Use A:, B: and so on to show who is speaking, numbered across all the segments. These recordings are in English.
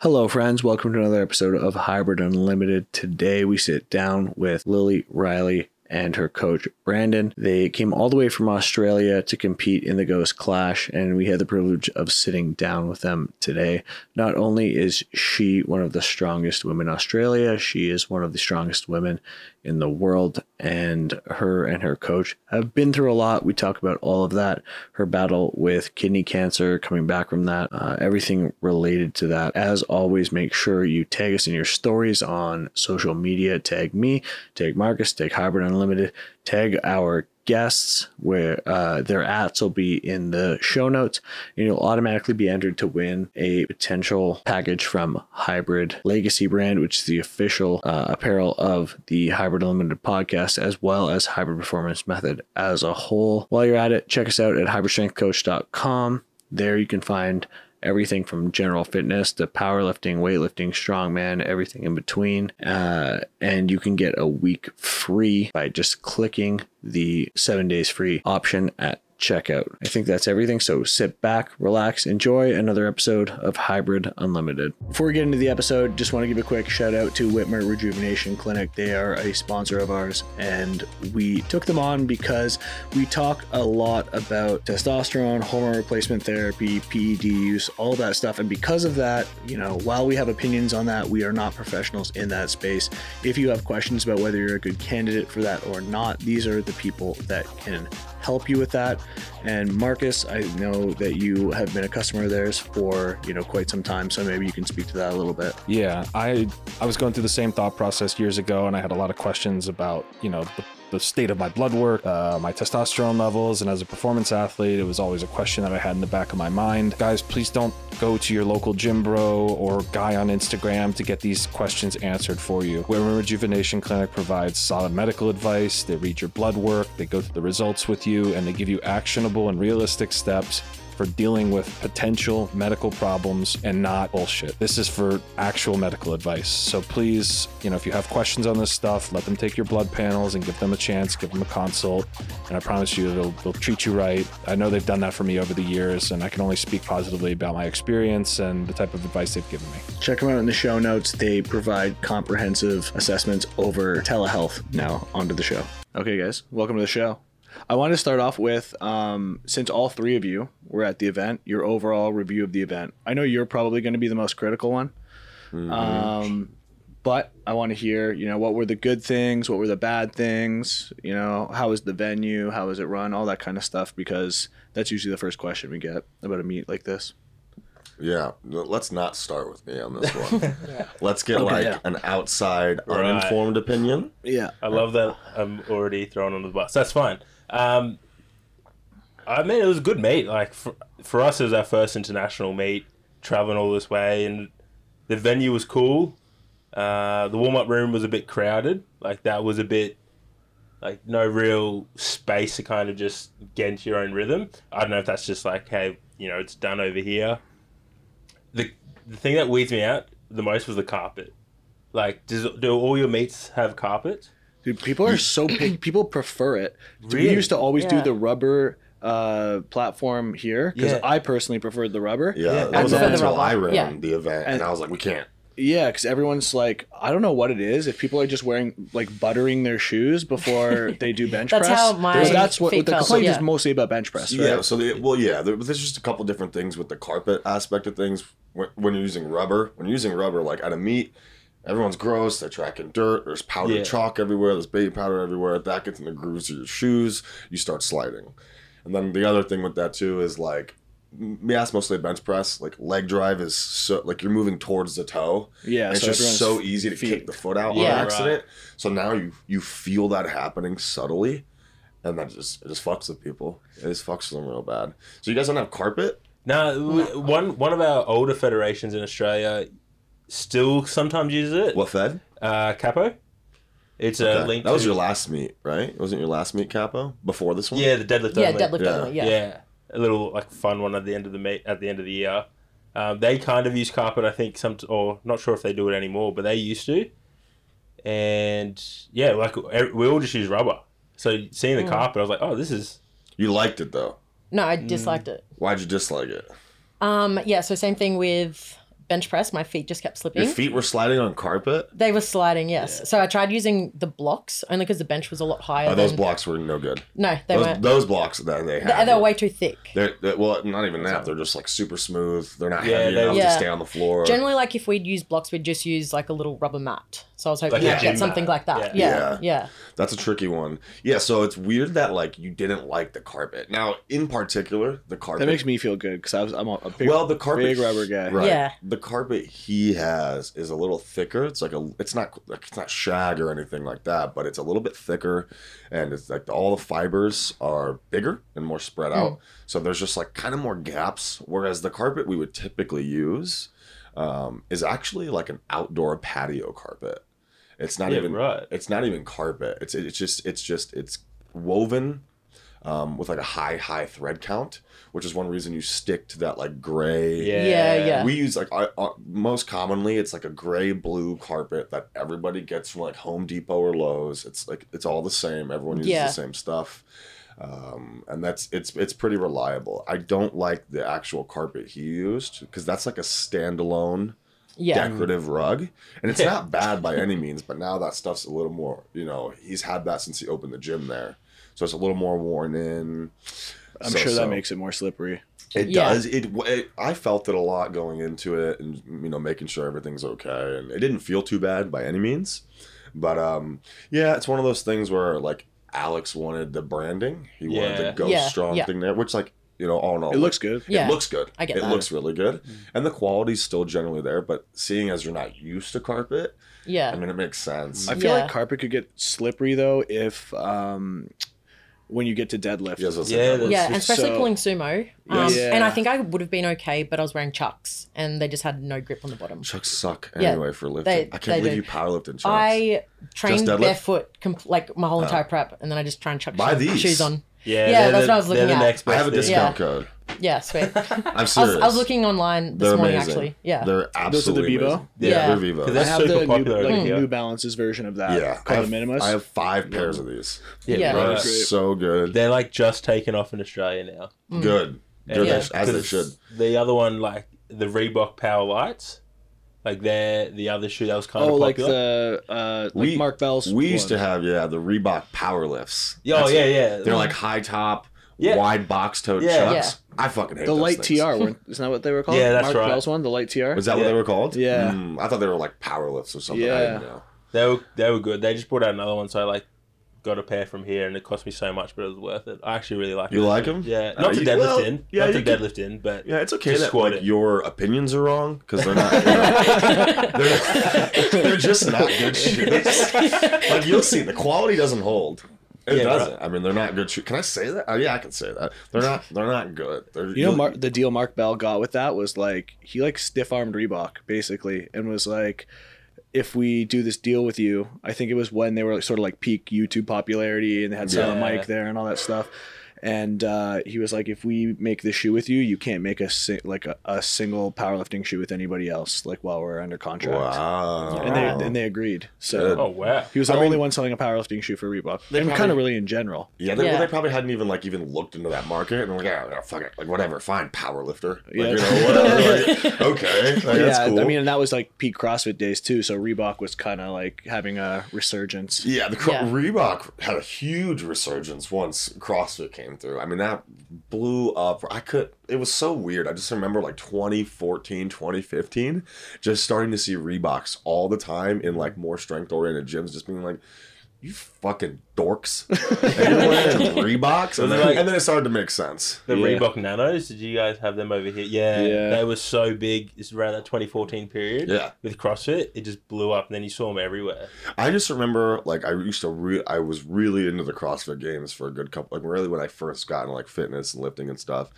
A: Hello, friends. Welcome to another episode of Hybrid Unlimited. Today, we sit down with Lily Riley and her coach, Brandon. They came all the way from Australia to compete in the Ghost Clash, and we had the privilege of sitting down with them today. Not only is she one of the strongest women in Australia, she is one of the strongest women in the world, and her and her coach have been through a lot. We talk about all of that her battle with kidney cancer, coming back from that, uh, everything related to that. As always, make sure you tag us in your stories on social media. Tag me, tag Marcus, tag Hybrid Unlimited, tag our guests where uh, their ats will be in the show notes and you'll automatically be entered to win a potential package from hybrid legacy brand which is the official uh, apparel of the hybrid unlimited podcast as well as hybrid performance method as a whole while you're at it check us out at hybridstrengthcoach.com there you can find everything from general fitness to powerlifting, weightlifting, strongman, everything in between. Uh, and you can get a week free by just clicking the seven days free option at checkout. I think that's everything. So sit back, relax, enjoy another episode of Hybrid Unlimited. Before we get into the episode, just want to give a quick shout out to Whitmer Rejuvenation Clinic. They are a sponsor of ours, and we took them on because we talk a lot about testosterone, hormone replacement therapy, PED use, all that stuff. And because of that, you know, while we have opinions on that, we are not professionals in that space. If you have questions about whether you're a good candidate for that or not, these are the people that can help you with that. And Marcus, I know that you have been a customer of theirs for you know quite some time, so maybe you can speak to that a little bit.
B: Yeah, I I was going through the same thought process years ago, and I had a lot of questions about you know the, the state of my blood work, uh, my testosterone levels, and as a performance athlete, it was always a question that I had in the back of my mind. Guys, please don't go to your local gym bro or guy on Instagram to get these questions answered for you. Women Rejuvenation Clinic provides solid medical advice. They read your blood work, they go through the results with you, and they give you actionable and realistic steps for dealing with potential medical problems and not bullshit. This is for actual medical advice. So please, you know, if you have questions on this stuff, let them take your blood panels and give them a chance, give them a consult. And I promise you, they'll, they'll treat you right. I know they've done that for me over the years, and I can only speak positively about my experience and the type of advice they've given me.
A: Check them out in the show notes. They provide comprehensive assessments over telehealth. Now onto the show. Okay, guys, welcome to the show. I want to start off with um, since all three of you were at the event, your overall review of the event. I know you're probably going to be the most critical one, um, but I want to hear you know what were the good things, what were the bad things, you know how was the venue, how was it run, all that kind of stuff because that's usually the first question we get about a meet like this.
C: Yeah, no, let's not start with me on this one. Let's get
A: Okay,
C: like
A: yeah.
C: an outside,
D: Right.
C: uninformed opinion.
A: Yeah,
D: I love that I'm already thrown on the bus. That's fine. Um, I mean, it was a good meet. Like for, for us, it was our first international meet, traveling all this way, and the venue was cool. Uh, the warm up room was a bit crowded. Like that was a bit like no real space to kind of just get into your own rhythm. I don't know if that's just like hey, you know, it's done over here. The the thing that weeds me out the most was the carpet. Like, does do all your meets have carpet?
A: Dude, people are so picky. People prefer it. We
D: Really?
A: used to always do
E: Yeah.
A: the rubber uh, platform here because
D: Yeah.
A: I personally preferred the rubber.
C: Yeah,
D: Yeah,
C: that was up
A: and then-
C: until I ran
E: Yeah.
C: the event, and,
A: And-
C: I was like, we can't.
A: Yeah, because everyone's like, I don't know what it is. If people are just wearing like buttering their shoes before they do bench
E: That's
A: press,
E: how my
A: So that's what
E: feet
A: the
E: felt,
A: complaint is
E: yeah.
A: mostly about bench press. Right?
C: Yeah, so the, well, yeah, there, but there's just a couple different things with the carpet aspect of things. When, when you're using rubber, when you're using rubber, like at a meet, everyone's gross. They're tracking dirt. There's powdered
D: Yeah.
C: chalk everywhere. There's baby powder everywhere. That gets in the grooves of your shoes. You start sliding. And then the other thing with that too is like, m- me ask mostly bench press. Like leg drive is so like you're moving towards the toe.
A: yeah.
C: And it's
A: everyone's
C: just so easy to
A: feet-
C: kick the foot out
E: Yeah.
C: on accident. So now you you feel that happening subtly, and that just it just fucks with people. It just fucks with them real bad. So you guys don't have carpet?
D: No, w- one one of our older federations in Australia still sometimes uses it.
C: What fed?
D: Uh, Capo. It's a
C: Okay.
D: uh, link.
C: that was
D: to-
C: your last meet, right? Wasn't your last meet Capo before this one?
D: Yeah, the deadlift.
E: Yeah,
D: only.
E: deadlift
C: Yeah.
E: only.
D: Yeah.
E: Yeah.
D: a little like fun one at the end of the meet at the end of the year. Um, they kind of use carpet, I think. Some or not sure if they do it anymore, but they used to. And yeah, like e- we all just use rubber. So seeing
E: Hmm.
D: the carpet, I was like, oh, this is
C: You liked it though.
E: No, I disliked it.
C: Why'd you dislike it?
E: Um, yeah. So same thing with bench press, my feet just kept slipping.
C: Your feet were sliding on carpet.
E: They were sliding, yes. So I tried using the blocks only because the bench was a lot higher.
C: Oh, those
E: than-
C: blocks were no good.
E: No, they
C: those,
E: weren't.
C: those blocks that they
E: They,
C: had.
E: they were
C: were-
E: way too thick.
C: They're, they're- well, not even that. They're just like super smooth. They're not
D: Yeah,
C: heavy
D: they-
C: enough
E: Yeah.
C: to stay on the floor.
E: Generally, like if we'd use blocks, we'd just use like a little rubber mat. So I was hoping
D: Like
E: I'd
D: a
E: get
D: gym
E: something
D: mat.
E: like that.
D: Yeah.
E: Yeah, yeah.
C: That's a tricky one. Yeah, so it's weird that like you didn't like the carpet. Now, in particular, the carpet.
A: That makes me feel good because I was I'm a a big
C: well the carpet
A: big rubber guy.
C: Right.
E: Yeah.
C: The carpet he has is a little thicker. It's like a it's not like it's not shag or anything like that, but it's a little bit thicker and it's like all the fibers are bigger and more spread out. So there's just like kind of more gaps whereas the carpet we would typically use um, is actually like an outdoor patio carpet. It's not
D: Yeah,
C: even
D: right.
C: it's not even carpet. It's it's just it's just it's woven um, with like a high high thread count, which is one reason you stick to that like gray.
D: Yeah.
E: Yeah, yeah.
C: We use like I, I, most commonly it's like a gray blue carpet that everybody gets from like Home Depot or Lowe's. It's like it's all the same. Everyone uses
E: Yeah.
C: the same stuff. Um, and that's it's it's pretty reliable. I don't like the actual carpet he used because that's like a standalone
E: Yeah.
C: decorative rug. And it's
D: Yeah.
C: not bad by any means, but now that stuff's a little more, you know, he's had that since he opened the gym there. So it's a little more worn in.
A: I'm
C: So-
A: sure that
C: so-
A: makes it more slippery.
C: it
E: Yeah.
C: does. It, it I felt it a lot going into it, and you know, making sure everything's okay, and it didn't feel too bad by any means. But um, yeah, it's one of those things where like Alex wanted the branding, he wanted
D: Yeah.
C: the Ghost
E: Yeah,
C: Strong
E: yeah.
C: thing there, which like you know, all in all,
A: It looks good.
E: Yeah.
C: it looks good.
E: I get
C: it
E: that.
C: looks really good, and the quality's still generally there. But seeing as you're not used to carpet,
E: Yeah.
C: I mean, it makes sense.
A: I feel
E: Yeah.
A: like carpet could get slippery though if um when you get to deadlift.
C: Yes, that's-
D: Yeah, that's-
E: yeah, and especially
A: so-
E: pulling sumo. Um,
A: Yeah.
E: And I think I would have been okay, but I was wearing chucks and they just had no grip on the bottom.
C: Chucks suck
E: Yeah,
C: anyway for lifting.
E: they-
C: I
E: they
C: can't believe
E: do.
C: you powerlifted chucks.
E: I trained
C: deadlift? Oh.
E: barefoot comp- like my whole entire prep and then I just try and chuck
C: Buy
E: sho-
C: these.
E: shoes on.
D: Yeah,
E: Yeah,
D: they're
E: that's
D: the-
E: what I was looking
D: they're
E: at.
D: The next
C: I have a
D: best thing.
C: discount code.
E: Yeah, sweet. I,
C: I'm serious.
E: was, I was looking online this
C: They're
E: morning
C: amazing.
E: actually. Yeah.
C: They're absolutely
A: Vivo?
C: amazing.
D: Yeah.
E: Yeah.
C: they're
D: Because
C: Vivo.
A: I
D: That's
A: have
D: super
A: the
D: popular
A: new, like,
E: Hmm.
D: idea.
A: new balances version of that.
C: yeah, I
A: Called
C: have,
A: the Minimus.
C: I have five pairs of these.
D: Yeah,
E: Yeah.
D: right.
C: They're so good.
D: They're like just taken off in Australia now.
E: Mm.
C: Good. Good
E: Yeah.
C: as- as they
D: 'Cause
C: should.
D: The other one, like the Reebok Power Lights, like they're the other shoe that was kind
A: oh,
D: of
A: like
D: popular.
A: the uh like
C: We-
A: Mark Bell's
C: We used to
A: one.
C: have yeah the Reebok Power Lifts.
D: Yeah, oh
C: That's
D: yeah,
C: it.
D: yeah.
C: They're like high top,
D: Yeah.
C: wide box toed
D: Yeah.
C: chucks. I fucking hate
A: the
C: those
A: light
C: things.
A: TR, weren't- isn't that what they were called?
D: Yeah, that's
A: Mark
D: right.
A: Bell's one, the light TR.
C: Was that what
D: Yeah.
C: they were called?
A: Yeah.
C: Mm, I thought they were like Power Lifts or something. I
A: Yeah.
C: didn't know.
D: they were they were good. They just brought out another one, so I like got a pair from here, and it cost me so much, but it was worth it. I actually really like
C: You
D: it.
C: like them?
D: Yeah,
C: Uh,
D: not to
C: you-
D: deadlift
C: well,
D: in,
C: yeah,
D: not to
C: you can-
D: deadlift in, but
C: Yeah, it's okay
D: Just
C: that
D: squat
C: like,
D: it.
C: your opinions are wrong because they're not. you know, they're, they're just not good shoes. Like you'll see, the quality doesn't hold. It
D: Yeah,
C: doesn't. I mean, they're not good shoes. Can I say that? Oh, yeah, I can say that. They're not. They're not good. They're,
A: You know,
C: you'll-
A: Mar- the deal Mark Bell got with that was like he like stiff armed Reebok basically, and was like, if we do this deal with you, I think it was when they were like sort of like peak YouTube popularity and they had Silent
D: Yeah.
A: Mike there and all that stuff. And uh, he was like, if we make this shoe with you, you can't make a si- like a, a single powerlifting shoe with anybody else. Like while we're under contract,
C: Wow.
A: and they and they agreed. So
C: Good.
D: oh wow,
A: he was the
C: I
A: only
C: mean-
A: one selling a powerlifting shoe for Reebok,
C: They
A: and kind
C: probably-
A: of really in general.
C: yeah, they,
E: Yeah.
C: they probably hadn't even like even looked into that market, and they're like, yeah, yeah, fuck it, like whatever, fine, power lifter, like,
A: Yeah.
C: you know, whatever, like, okay, like, that's
A: yeah,
C: cool.
A: I mean, and that was like peak CrossFit days too. So Reebok was kind of like having a resurgence.
C: Yeah, the cro-
E: Yeah.
C: Reebok had a huge resurgence once CrossFit came through. I mean, that blew up. I could, it was so weird. I just remember like 2014, 2015, just starting to see Reeboks all the time in like more strength oriented gyms, just being like, you fucking dorks. And you're wearing Reeboks? And
D: Was it
C: then,
D: like-
C: and then it started to make sense.
D: the
A: Yeah.
D: Reebok Nanos. Did you guys have them over here? Yeah,
A: Yeah.
D: they were so big. It's around that 2014 period.
C: Yeah.
D: with CrossFit, it just blew up, and then you saw them everywhere.
C: I just remember like I used to re- I was really into the CrossFit games for a good couple like really when I first got into like fitness and lifting and stuff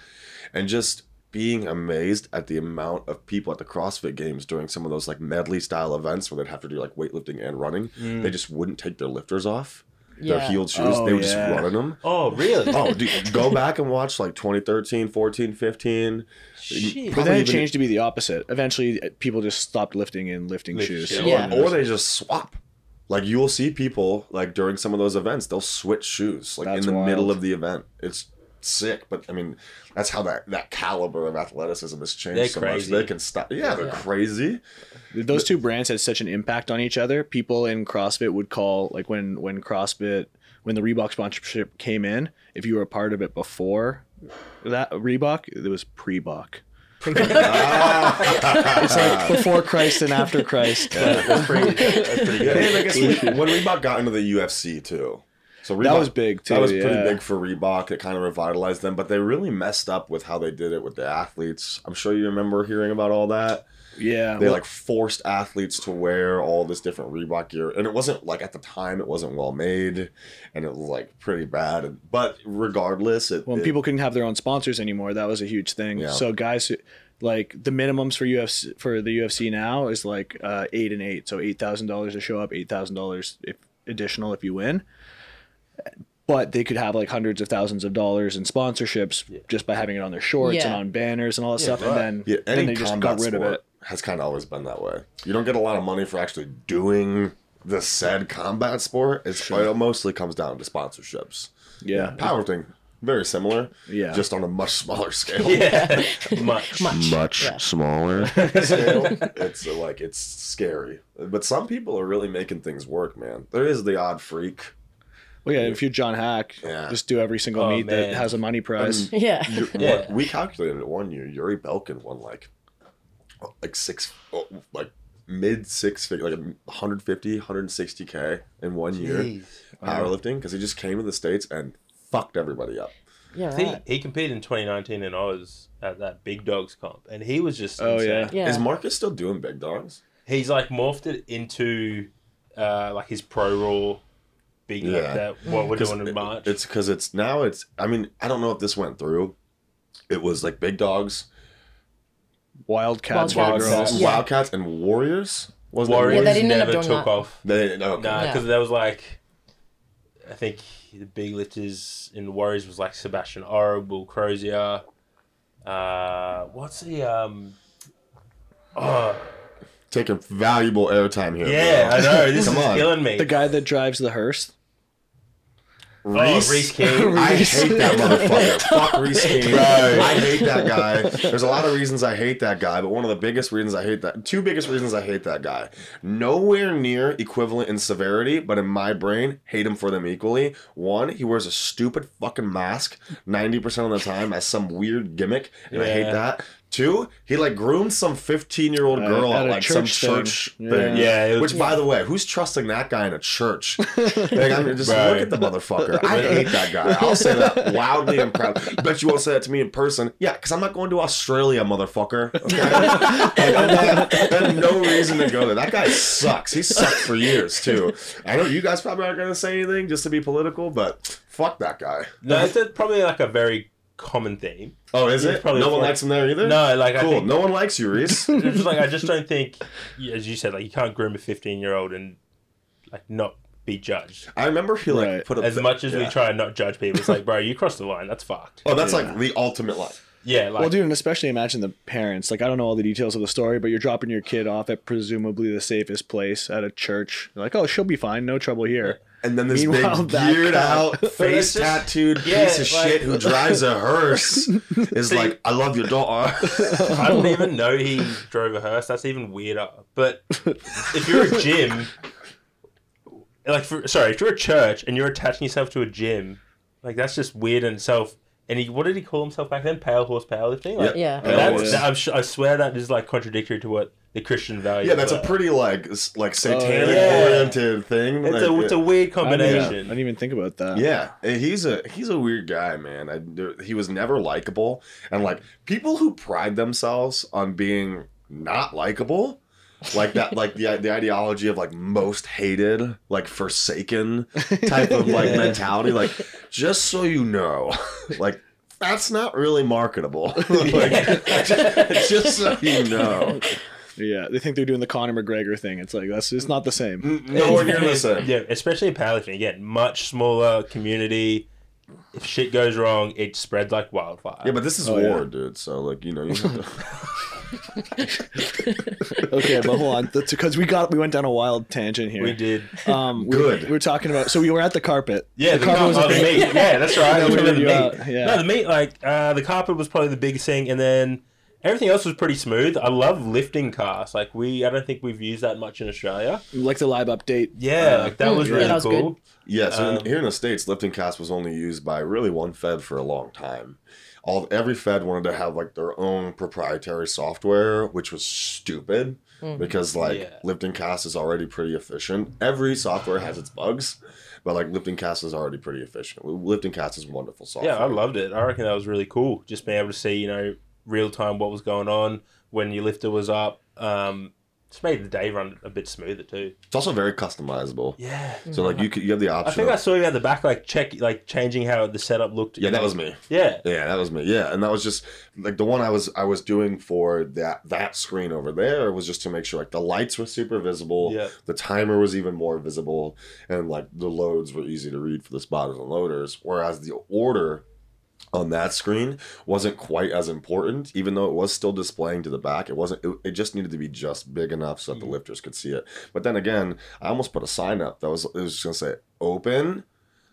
C: and just being amazed at the amount of people at the CrossFit games doing some of those like medley style events where they'd have to do like weightlifting and running. They just wouldn't take their lifters off. Their
E: Yeah.
C: heeled shoes,
A: Mm. Oh,
C: they were just
A: yeah.
C: running them.
D: Oh really?
C: Oh, dude, go back and watch like 2013, 14, 15.
D: Shit.
A: But then it
C: even-
A: changed to be the opposite. Eventually, uh, people just stopped lifting in lifting
D: Lift
A: shoes.
D: shoes.
E: Yeah.
C: Or they just swap. Like you'll see people like during some of those events, they'll switch shoes like
A: That's
C: in the
A: wild.
C: middle of the event. It's sick, but I mean, that's how that that caliber of athleticism has changed
D: They're
C: so
D: crazy.
C: much. They can stop. Yeah, they're
E: Yeah.
C: crazy.
A: those two brands had such an impact on each other. People in CrossFit would call like when when CrossFit when the Reebok sponsorship came in, if you were a part of it before that Reebok, it was pre-Bok. It's like before Christ and after Christ.
D: That's pretty, that's pretty
C: Yeah,
D: good.
C: and I guess we, when Reebok got into the UFC too, so Reebok,
A: was big, too,
C: That was
A: yeah.
C: pretty big for Reebok. It kind of revitalized them, but they really messed up with how they did it with the athletes. I'm sure you remember hearing about all that.
A: Yeah.
C: they like forced athletes to wear all this different Reebok gear, and it wasn't like at the time it wasn't well made, and it was like pretty bad. And, but regardless, it,
A: when
C: it-
A: people couldn't have their own sponsors anymore, that was a huge thing.
C: Yeah.
A: So guys who like the minimums for UFC for the UFC now is like uh, eight and eight, so eight thousand dollars to show up, eight thousand dollars if additional if you win. But they could have like hundreds of thousands of dollars in sponsorships just by having it on their shorts and
E: Yeah.
A: on banners and all that stuff,
D: right.
A: and then
C: yeah, any
A: then they just
C: combat
A: got rid of
C: sport
A: it.
C: has kind of always been that way. You don't get a lot of money for actually doing the said combat sport. It's, It mostly comes down to sponsorships.
A: Yeah,
C: Powerlifting, very similar,
A: Yeah.
C: just on a much smaller scale.
D: Yeah, much.
F: Much
E: Yeah.
F: smaller.
C: scale, it's uh, like it's scary. But some people are really making things work, man. There is the odd freak.
A: well, yeah. If you're John Hack,
C: Yeah.
A: just do every single
D: Oh,
A: meet
D: man.
A: that has a money prize.
E: Yeah.
C: Yu-
D: Yeah.
C: one- we calculated it one year. Yuri Belkin won like like six oh, like mid six figure like 150 160k in one year powerlifting because he just came to the states and fucked everybody up.
E: Yeah.
D: He,
E: Right.
D: he competed in 2019 in Oz at that Big Dogs comp, and he was just
A: Oh,
D: insane.
A: yeah.
E: Yeah.
C: Is Marcus still doing big dogs?
D: He's like morphed it into uh, like his pro raw big
C: Yeah.
D: like that what we're
C: 'Cause
D: doing in
C: it-
D: March.
C: It's because it's now it's. I mean, I don't know if this went through. It was like big dogs,
A: Wildcats,
E: Wildcats.
A: Wildcats.
E: Wildcats.
C: Wildcats,
E: Yeah.
C: and Warriors. Wasn't it
D: Warriors
E: Yeah, they didn't end up
D: never
E: doing
D: took
E: that.
D: off.
C: They no.
D: Nah,
E: Yeah.
D: because there was like, I think the big lifters in the Warriors was like Sebastian Orable, Crozier. Uh, what's the um? Oh,
C: Taking valuable airtime here.
D: yeah, I
C: bro.
D: know this
C: Come
D: is
C: on.
D: killing me.
A: The guy that drives the hearse.
D: oh, Reese King.
C: I hate that motherfucker. Fuck Reese King.
F: Right.
C: I hate that guy. There's a lot of reasons I hate that guy, but one of the biggest reasons I hate that, two biggest reasons I hate that guy. Nowhere near equivalent in severity, but in my brain, hate him for them equally. One, he wears a stupid fucking mask 90% of the time as some weird gimmick, and I hate
D: Yeah.
C: that. Two, he like groomed some 15 year old
A: Uh,
C: girl
A: at
C: at
A: a
C: like some
A: church thing.
C: church
A: Yeah.
C: thing.
D: Yeah, it was-
C: Which, by the way, who's trusting that guy in a church? Like, I mean, just look
D: Right.
C: at the motherfucker. I hate that guy. I'll say that loudly and proudly. Bet you won't say that to me in person. Yeah, because I'm not going to Australia, motherfucker. Okay? Like, I'm not- there's no reason to go there. That guy sucks. He sucked for years, too. I know you guys probably aren't going to say anything just to be political, but fuck that guy.
D: No, it's a, probably like a very common theme.
C: Oh, is
D: Yeah,
C: it?
D: probably
C: No one
D: fine.
C: likes him there either?
D: No, like I
C: Cool.
D: think
C: No one likes you, Reese.
D: it's just like I just don't think, as you said, like you can't groom a fifteen-year-old and like not be judged.
C: I remember he like
A: Right.
C: put up
D: As much as we
C: yeah.
D: try and not judge people, it's like, bro, you crossed the line. That's fucked.
C: Oh, that's like the ultimate line.
D: Yeah, like
A: well, dude, and especially imagine the parents. Like, I don't know all the details of the story, but you're dropping your kid off at presumably the safest place at a church. You're like, oh, she'll be fine, no trouble here.
C: And then this
A: Meanwhile,
C: big
A: that
C: geared
A: cop-
C: out, face
D: It's just-
C: tattooed
D: Yeah,
C: piece of
D: like-
C: shit who drives a hearse is like, I love your daughter.
D: I didn't even know he drove a hearse. That's even weirder. But if you're a gym, like, for, sorry, if you're a church and you're attaching yourself to a gym, like that's just weird in itself. And he, what did he call himself back then? Pale horse powerlifting. Like,
E: Yeah.
C: Pale
D: that's-
C: horse.
D: that- I'm su- I swear that is like contradictory to what the Christian uh, values.
C: yeah, that's a
D: were.
C: pretty like s- like satanic
D: Oh, yeah.
C: oriented thing.
D: It's a
C: Like,
D: it's a
A: I didn't,
D: weird
A: even, I
D: combination.
A: didn't even think about that.
C: yeah, and he's a he's a weird guy, man. I, there, he was never likable, and like people who pride themselves on being not likable, like that, like the the ideology of like most hated, like forsaken type of like
D: Yeah.
C: mentality. Like, just so you know, like that's not really marketable. like, just so you know,
A: Yeah. They think they're doing the Conor McGregor thing. It's like, that's it's not the same.
D: Mm.
C: nowhere near the same.
D: Yeah, especially in powerlifting. Again, much smaller community. If shit goes wrong, it spreads like wildfire.
C: Yeah, but this is
A: Oh, yeah.
C: war, dude. So like you know, you have to.
A: Okay, but hold on. That's because we got we went down a wild tangent here.
D: We did.
A: Um, we,
C: Good.
A: We were talking about so we were at the carpet.
D: Yeah, the, carpet was
A: a
D: oh, the
A: thing.
D: meat. Yeah, that's right.
A: Yeah, we
D: We did the
A: you
D: meat.
A: out, yeah.
D: No, the meat. Like uh, the carpet was probably the biggest thing, and then everything else was pretty smooth. I love lifting cars. Like we, I don't think we've used that much in Australia.
A: Like the live update.
D: Yeah, like that
E: Mm,
D: was
E: yeah,
D: really
E: that was
D: cool.
E: good.
C: Yeah, so in-
D: Um,
C: here in the states, lifting cast was only used by really one Fed for a long time. All every Fed wanted to have like their own proprietary software, which was stupid because like
D: Mm-hmm. Yeah.
C: lifting cast is already pretty efficient. Every software has its bugs, but like lifting cast is already pretty efficient. Lifting cast is wonderful software.
D: Yeah, I loved it. I reckon that was really cool. Just being able to see, you know, real time what was going on when your lifter was up. Um, just made the day run a bit smoother too.
C: It's also very customizable.
D: Yeah.
C: So like you could, you have the option.
D: I think
C: of-
D: I saw you at the back, like check, like changing how the setup looked.
C: yeah, that was me.
D: Yeah,
C: Yeah, that was me. Yeah, and that was just like the one I was I was doing for that that screen over there was just to make sure like the lights were super visible,
D: Yeah.
C: the timer was even more visible, and like the loads were easy to read for the spotters and loaders. Whereas the order on that screen wasn't quite as important, even though it was still displaying to the back. It wasn't. It, it just needed to be just big enough so that the lifters could see it. But then again, I almost put a sign up that was it was just gonna say open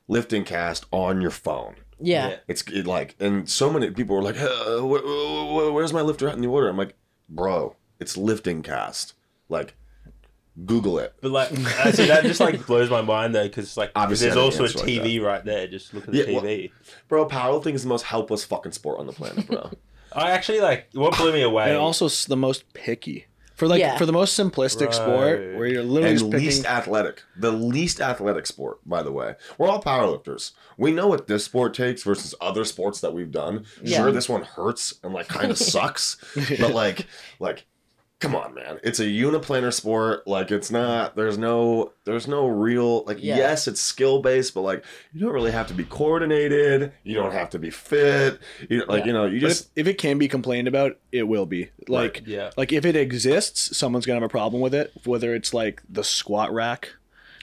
C: lifting cast on your phone.
E: Yeah.
D: Yeah.
C: It's it like, and so many people were like, uh, wh- wh- wh- "Where's my lifter at in the order?" I'm like, "Bro, it's lifting cast. Like, Google it."
D: but like I see that just like blows my mind though, because like
C: Obviously,
D: there's
C: I didn't
D: also a
C: answer like
D: TV right there. Just look at the
C: Yeah, well-
D: TV.
C: Bro, powerlifting is the most helpless fucking sport on the planet, bro.
D: I actually like what blew me away.
A: And also s- the most picky. For like
E: Yeah.
A: for the most simplistic sport
D: Right.
A: where you're literally
C: and
A: just picking
C: least athletic, the least athletic sport, by the way. We're all powerlifters. We know what this sport takes versus other sports that we've done.
E: Yeah.
C: Sure, this one hurts and like kind of sucks, but like, like, come on, man. It's a uniplanar sport. Like, it's not. There's no. There's no real. Like,
E: Yeah.
C: yes, it's skill based, but like, you don't really have to be coordinated. You don't have to be fit. You like,
E: Yeah.
C: you know, you
A: But
C: just.
A: if, if it can be complained about, it will be. Like
D: yeah.
A: like if it exists, someone's gonna have a problem with it. Whether it's like the squat rack,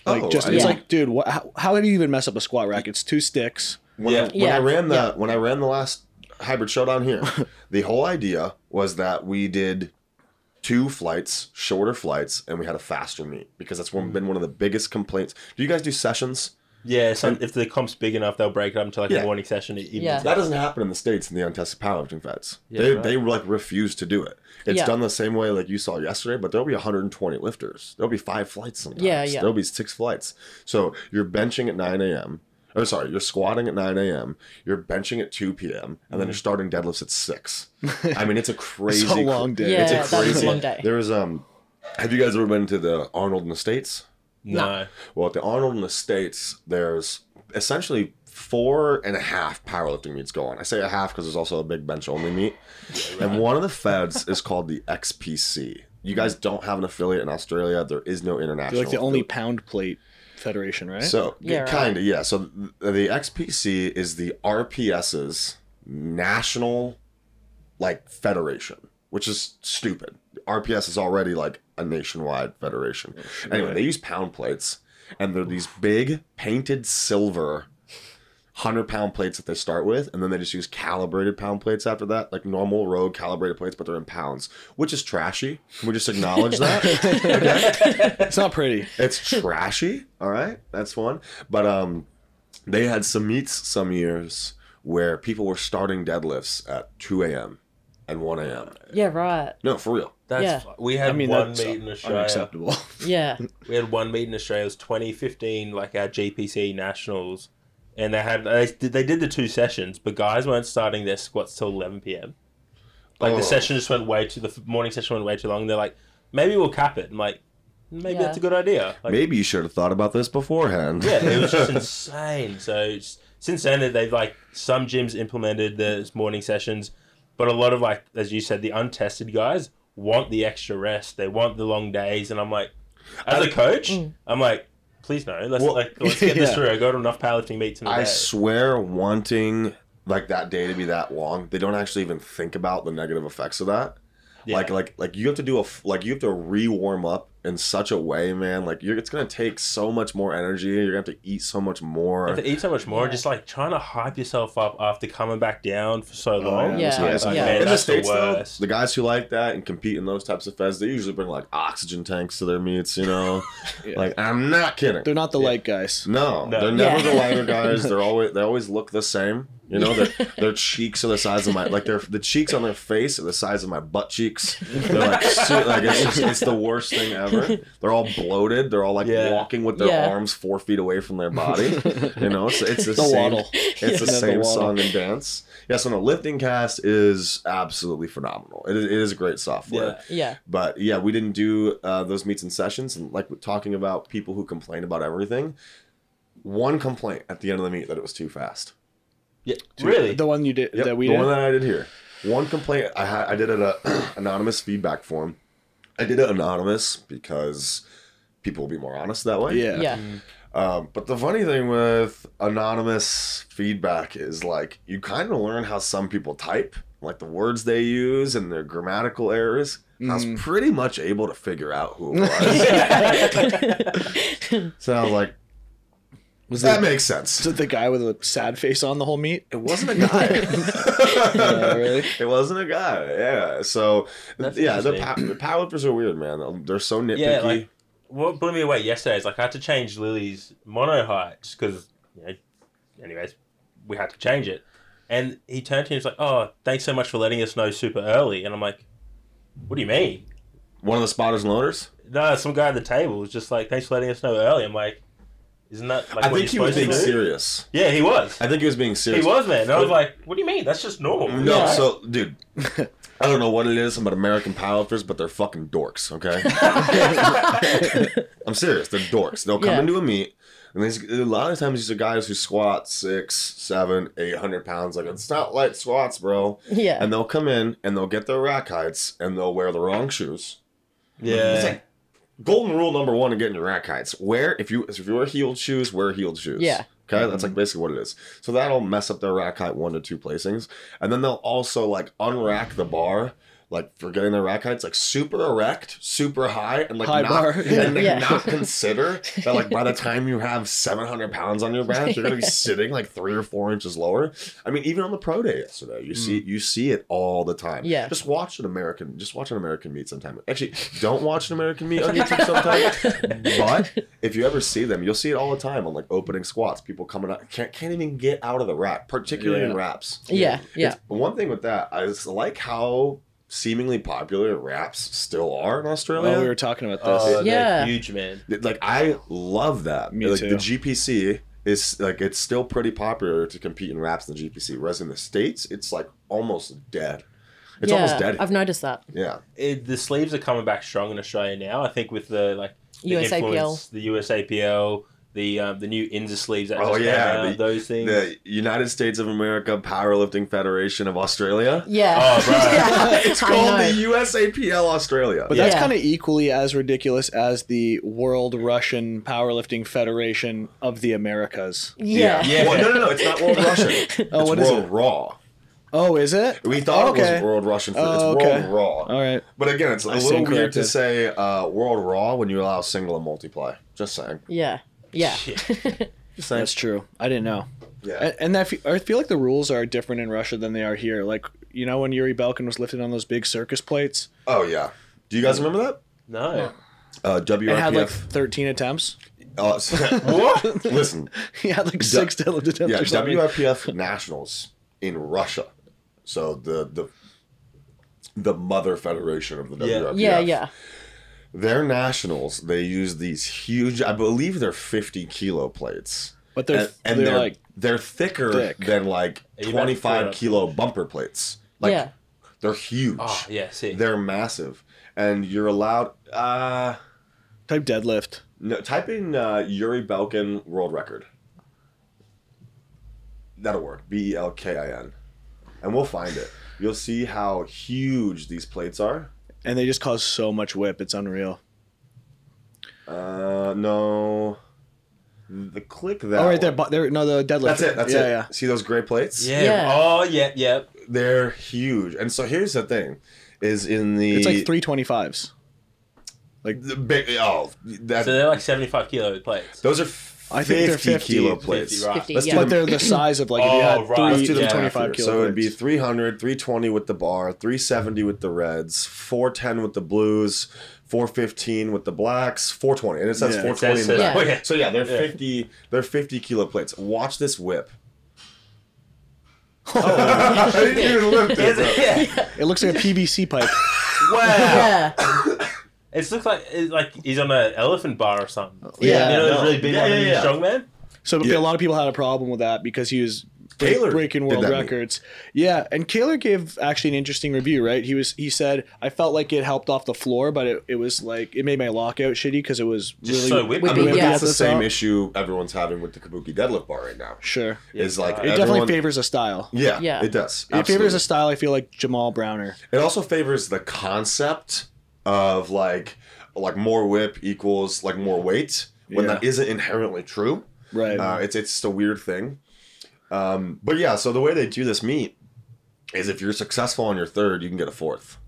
A: like
C: Oh,
A: just
C: I-
A: it's
E: Yeah.
A: like, dude, what, how, how do you even mess up a squat rack? It's two sticks.
C: when, I,
D: Yeah.
C: when
E: Yeah.
C: I ran the
E: Yeah.
C: when I ran the last hybrid showdown here, the whole idea was that we did two flights, shorter flights, and we had a faster meet because that's one, been one of the biggest complaints. Do you guys do sessions?
D: Yeah, some, if the comp's big enough, they'll break it up into like
C: Yeah.
D: a morning session. At evening
E: Yeah.
D: session.
C: That doesn't happen in the states in the untested powerlifting feds.
D: Yeah,
C: they
D: right.
C: they like refuse to do it. It's
E: Yeah.
C: done the same way like you saw yesterday, but there'll be 120 lifters. There'll be five flights sometimes.
E: Yeah, yeah.
C: There'll be six flights. So you're benching at 9 a.m. Or sorry, you're squatting at 9 a.m. You're benching at 2 p.m. And
E: Mm-hmm.
C: then you're starting deadlifts at six. I mean, it's a crazy
A: It's a long day.
E: Yeah,
C: It's
E: that
C: a
E: was a
C: crazy
E: long day.
C: There was um. Have you guys ever been to the Arnold in the States?
D: No.
C: Well, at the Arnold in the States, there's essentially four and a half powerlifting meets going. I say a half because there's also a big bench only meet. And one of the feds is called the XPC. You guys don't have an affiliate in Australia. There is no
A: They're
C: international.
A: like the only
C: affiliate.
A: pound plate federation, right?
C: So
E: Yeah, right.
C: kind of yeah. So th- the XPC is the RPS's national like federation, which is stupid. RPS is already like a nationwide federation. Anyway, they use pound plates, and they're these big painted silver. 100 pound plates that they start with, and then they just use calibrated pound plates after that, like normal road calibrated plates, but they're in pounds, which is trashy. Can we just acknowledge that?
A: it's not pretty.
C: It's trashy. All right, that's one. But um, they had some meets some years where people were starting deadlifts at 2 a.m. and 1 a.m.
E: Yeah, right.
C: No, for real.
D: That's
E: Yeah.
D: fu- we had
A: I mean,
D: one
A: that's
D: meet in Australia.
A: unacceptable.
E: Yeah.
D: We had one meet in Australia. It was 2015, like our GPC nationals, and they had they did, they did the two sessions, but guys weren't starting their squats till 11 p.m. Like
C: Oh.
D: the session just went way too the f- morning session went way too long. They're like, maybe we'll cap it. I'm like, maybe
E: Yeah.
D: that's a good idea. Like,
C: Maybe you should have thought about this beforehand.
D: yeah, it was just insane. So it's- since then, they've like some gyms implemented the morning sessions, but a lot of like as you said, the untested guys want the extra rest. They want the long days, and I'm like, as a coach, I'm like, please no. Let's
C: Well,
D: like let's get this
A: yeah.
D: through. I got enough powerlifting meets in the
C: I
D: day.
C: swear, wanting like that day to be that long, they don't actually even think about the negative effects of that.
D: Yeah.
C: Like like like you have to do a f- like you have to re warm up in such a way, man. Like you're, it's gonna take so much more energy. You're gonna have to eat so much more.
D: You have to eat so much more,
E: Yeah.
D: just like trying to hype yourself up after coming back down for so long.
E: yeah. Yeah.
D: It's like,
E: Yeah.
D: man,
C: in the
D: that's
C: states
D: the
C: though,
D: worst.
C: the guys who like that and compete in those types of feds, they usually bring like oxygen tanks to their meets. You know,
A: Yeah.
C: like I'm not kidding.
A: They're not the light guys.
C: No,
D: No.
C: they're never
E: Yeah.
C: the lighter guys. They're always they always look the same. You know, their their cheeks are the size of my like their the cheeks on their face are the size of my butt cheeks. They're like, su- like it's, just, it's the worst thing ever. They're all bloated. They're all like
D: Yeah.
C: walking with their
E: Yeah.
C: arms four feet away from their body. You know, so it's the,
A: The
C: same.
A: waddle.
C: It's
A: Yeah.
C: the
A: The
C: same
A: waddle.
C: song and dance. Yeah, so no, lifting cast is absolutely phenomenal. It is, it is great software
D: Yeah.
E: Yeah.
C: but yeah, we didn't do uh, those meets and sessions. And like talking about people who complain about everything, one complaint at the end of the meet that it was too fast.
D: Yeah, really?
A: The one you did
C: Yep,
A: that we
C: the
A: did.
C: one that I did here. One complaint I had, I did it a anonymous feedback form. I did it anonymous because people will be more honest that way.
A: yeah.
E: Yeah.
C: Um, but the funny thing with anonymous feedback is like you kind of learn how some people type, like the words they use and their grammatical errors. I
A: Mm.
C: was pretty much able to figure out who it was. so I was like,
A: Was
C: that
A: that
C: makes sense.
A: is it the guy with a sad face on the whole meet?
C: It wasn't a guy.
A: Uh, really?
C: It wasn't a guy. Yeah. So
D: That's
C: yeah, the, pa-
D: interesting.
C: the power lifters are weird, man. They're so nitpicky.
D: Yeah, like- what blew me away yesterday is like I had to change Lily's mono height just because you know. Anyways, we had to change it, and he turned to me and was like, "Oh, thanks so much for letting us know super early." And I'm like, "What do you mean?"
C: One of the spotters and loaders.
D: No, some guy at the table was just like, "Thanks for letting us know early." I'm like, "Isn't that like
C: I
D: what
C: think he
D: you're
C: was
D: supposed to
C: being
D: do?"
C: serious.
D: Yeah, he was.
C: I think he was being
D: He
C: serious.
D: was, man. And I was like, "What do you mean? That's just normal."
C: No,
E: Yeah.
C: so dude, I don't know what it is about American powerlifters, but they're fucking dorks. Okay, I'm serious. They're dorks. They'll come
E: Yeah.
C: into a meet, and these, a lot of times these are guys who squat six, seven, eight hundred pounds. Like it's not light squats, bro.
E: Yeah.
C: And they'll come in and they'll get their rack heights and they'll wear the wrong shoes.
D: yeah,
C: Golden rule number one in getting your rack heights: wear if you if you wear heeled shoes, wear heeled shoes.
E: Yeah.
C: Okay, that's like basically what it is. So that'll mess up their rack height one to two placings, and then they'll also like unrack the bar, like for getting their rack heights, like super erect, super high, and like
A: High
C: not
A: bar.
C: and like,
E: Yeah.
C: not consider that like by the time you have seven hundred pounds on your back, you're gonna be sitting like three or four inches lower. I mean, even on the pro day yesterday, you see you see it all the time.
E: Mm. Yeah.
C: Just watch an American. Just watch an American meet sometime. Actually, don't watch an American meet on YouTube sometime. but if you ever see them, you'll see it all the time on like opening squats. People coming out can't can't even get out of the rack, particularly in
A: Yeah.
C: wraps.
E: Yeah. Yeah.
C: It's- one thing with that, I just like how seemingly popular wraps still are in Australia
A: Oh, we were talking about this.
D: Oh, they're
E: Yeah.
D: huge man.
C: like I love that.
A: Me
C: like
A: too.
C: the GPC is like it's still pretty popular to compete in raps in the GPC, whereas in the states it's like almost dead. It's
E: yeah.
C: almost dead.
E: I've noticed that.
C: yeah,
D: it, the sleeves are coming back strong in Australia now. I think with the like the
E: USAPL.
D: influence- the USAPL, the um, the new Inza sleeves. That
C: Oh,
D: just came
C: yeah,
D: out,
C: the-
D: those things.
C: the United States of America Powerlifting Federation of Australia.
E: Yeah.
D: Oh, bro.
E: yeah.
C: It's
E: I
C: called
E: know.
C: the USAPL Australia.
A: But
E: Yeah.
A: that's kind of equally as ridiculous as the World Russian Powerlifting Federation of the Americas.
E: Yeah.
D: Yeah.
C: Well, no, no, no. It's not World Russian. It's
A: Oh, what is
C: World
A: it?
C: Raw.
A: Oh, is it?
C: We thought it
A: Okay.
C: was World Russian. For,
A: Oh,
C: it's
A: okay.
C: World Raw.
A: All right.
C: But again, it's a
A: I
C: little
A: stand
C: weird to
A: corrected.
C: say uh, World Raw when you allow single and multiply. Just saying.
E: Yeah. Yeah.
C: Just saying.
A: That's true. I didn't know.
C: yeah.
A: And, and I fe- I feel like the rules are different in Russia than they are here. Like, you know, when Yuri Belkin was lifted on those big circus plates
C: Oh yeah. Do you guys remember that?
D: No.
C: Uh,
A: and had like
C: WRPF.
A: 13 attempts?
C: uh, s-
D: What?
C: listen,
A: he had like six deadlift attempts
C: yeah,
A: or something.
C: WRPF nationals in Russia. So the the the mother federation of the
D: Yeah.
C: WRPF.
E: Yeah. Yeah.
C: Their nationals, they use these huge. I believe they're fifty kilo plates,
A: but they're,
C: and, and
A: they're,
C: they're,
A: like,
C: they're thicker
A: thick.
C: than like
D: Yeah, you
C: twenty
D: better
C: five
D: put it-
C: kilo bumper plates. Like
E: Yeah.
C: they're huge.
D: Oh yeah, see.
C: They're massive, and you're allowed. Uh,
A: type deadlift.
C: No, type in uh, Yuri Belkin world record. That'll work. B E L K I N. And we'll find it. You'll see how huge these plates are.
A: And they just cause so much whip. It's unreal.
C: Uh, no. The click that.
A: oh, right there.
C: one.
A: But there, no, the deadlift.
C: That's it. That's
A: yeah,
C: it.
A: Yeah.
C: See those gray plates?
D: yeah.
E: Yeah.
D: Oh yeah, yeah.
C: They're huge. And so here's the thing is in the
A: It's like three twenty fives.
C: the big oh that
D: So they're like 75 kilo plates.
C: those are 50
A: I think they're 50,
C: kilo plates.
D: 50, right.
E: 50,
C: Let's do
E: yeah.
C: them
A: But they're the size of like if you
D: Oh,
A: had
D: right.
A: three
D: Let's do
A: to
D: them
A: twenty five
C: after.
A: kilo.
C: So it'd be
A: plates.
C: 300, 320 with the bar, 370 with the reds, 410 with the blues, 415 with the blacks, 420. And it says
A: Yeah.
D: It says
C: 420 in the
E: that.
C: back.
D: Yeah.
C: So yeah, they're
D: Yeah.
C: 50 they're 50 kilo plates. Watch this whip. Oh, I didn't even lift it, bro.
D: yeah.
A: it looks like a PVC pipe.
D: Wow.
E: yeah.
D: It looks like it's like he's on an elephant bar or something.
A: Yeah.
D: You know, those
C: No.
D: really big
C: Yeah,
D: one
C: yeah,
D: in
C: yeah.
D: strongman.
A: So
C: Yeah.
A: a lot of people had a problem with that because he was break-
C: Kaler
A: breaking
C: did
A: world
C: that
A: records. Yeah, and Kaler gave actually an interesting review, right? He was he said, "I felt like it helped off the floor, but it, it was like it made my lockout shitty because it was really
D: Just so whippy.
E: Whippy,
C: I mean,
E: Yeah.
C: that's the
A: That's
C: same
A: all.
C: issue everyone's having with the Kabuki deadlift bar right now.
A: sure."
C: Is like
D: It
A: It
C: everyone-
A: definitely favors a style.
C: Yeah,
E: Yeah.
C: it does.
A: It favors
C: Absolutely.
A: a style I feel like Jamal Browner.
C: It also favors the concept of like like more whip equals like more weight when
A: Yeah.
C: that isn't inherently true.
A: Right.
C: Uh, it's it's just a weird thing. Um, but yeah, so the way they do this meet is if you're successful on your third, you can get a fourth,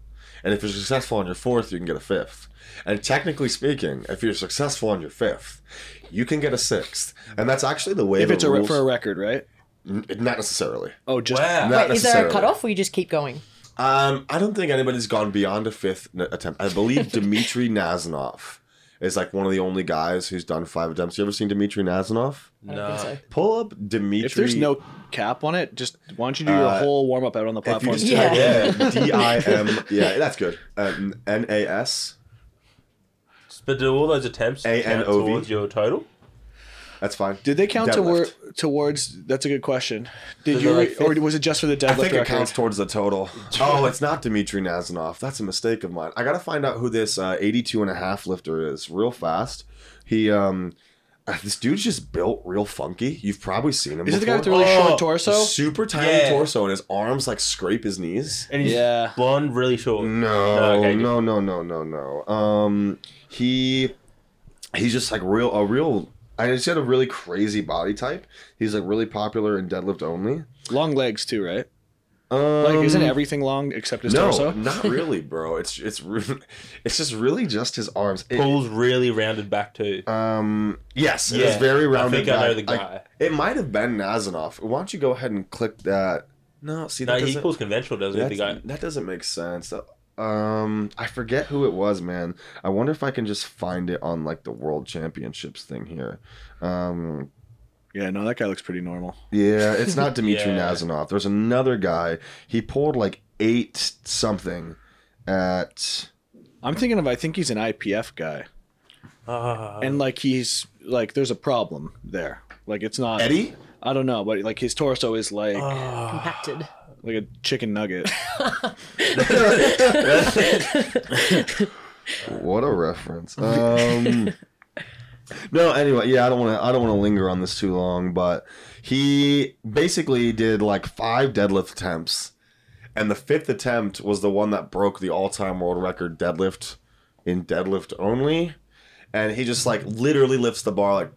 C: and if you're successful on your fourth, you can get a fifth. And technically speaking, if you're successful on your fifth, you can get a sixth, and that's actually the way
A: if
C: the
A: it's a re-
C: rules-
A: for a record, right?
C: N- not necessarily.
A: Oh, just
D: Wow.
C: Not
E: Wait, is there a
C: necessarily.
E: cutoff or you just keep going?
C: Um, I don't think anybody's gone beyond a fifth n- attempt. I believe Dmitry Nazanov is like one of the only guys who's done five attempts. You ever seen Dmitry Nazanov?
E: I don't think so.
C: Pull up Dmitry.
A: if there's no cap on it, just why don't you do your
C: Uh,
A: whole warm up out on the
C: If you
A: platform?
C: just
E: Yeah.
C: type yeah. D I M. Yeah, that's good. Um, N A S.
D: But do all those attempts count
C: ANOV?
D: towards your total?
C: That's fine.
A: Did they count toward,
C: Deadlift.
A: towards? That's a good question. Did
D: Is it
A: you
D: like
A: or
D: fifth?
A: was it just for the deadlift
C: I think it
A: record?
C: counts towards the total. Oh, it's not Dmitry Nazanov. That's a mistake of mine. I got to find out who this uh, 82 and a half lifter is real fast. He, um, this dude's just built real funky. You've probably seen him.
A: Is it the guy
C: before.
A: with the really
D: Oh,
A: short torso?
C: super tiny
D: Yeah.
C: torso and his arms like scrape his knees.
D: And he's
A: Yeah.
D: blonde, really short.
C: No,
D: okay,
C: no, no, no, no, no. Um, he he's just like real a real. I just had a really crazy body type. He's like really popular in deadlift only.
A: Long legs too, right?
C: Um,
A: Like, isn't everything long except his
C: no,
A: torso?
C: not really, bro. It's it's re- it's just really just his arms. It-
D: Paul's really rounded back too.
C: um, yes, it
D: Yeah,
C: is very
D: I
C: rounded.
D: think I know the
C: back.
D: guy.
C: it might have been Nazanov. Why don't you go ahead and click that? No, see
D: no,
C: that
D: he
C: doesn't.
D: pulls conventional, doesn't he? The guy.
C: That's- That doesn't make sense. Um, I forget who it was, man. I wonder if I can just find it on like the World Championships thing here. Um,
A: Yeah, no, that guy looks pretty normal.
C: yeah, it's not Dmitry
D: Yeah.
C: Nazanov. There's another guy. He pulled like eight something at.
A: I'm thinking of I think he's an IPF guy,
E: Uh.
D: Ah.
A: and like he's like there's a problem there. Like it's not
C: Eddie?
A: I don't know, but like his torso is like
E: Uh. Compacted.
A: like a chicken nugget.
C: What a reference. Um, no, anyway, yeah, I don't want to. I don't want to linger on this too long, but he basically did like five deadlift attempts, and the fifth attempt was the one that broke the all-time world record deadlift in deadlift only, and he just like literally lifts the bar like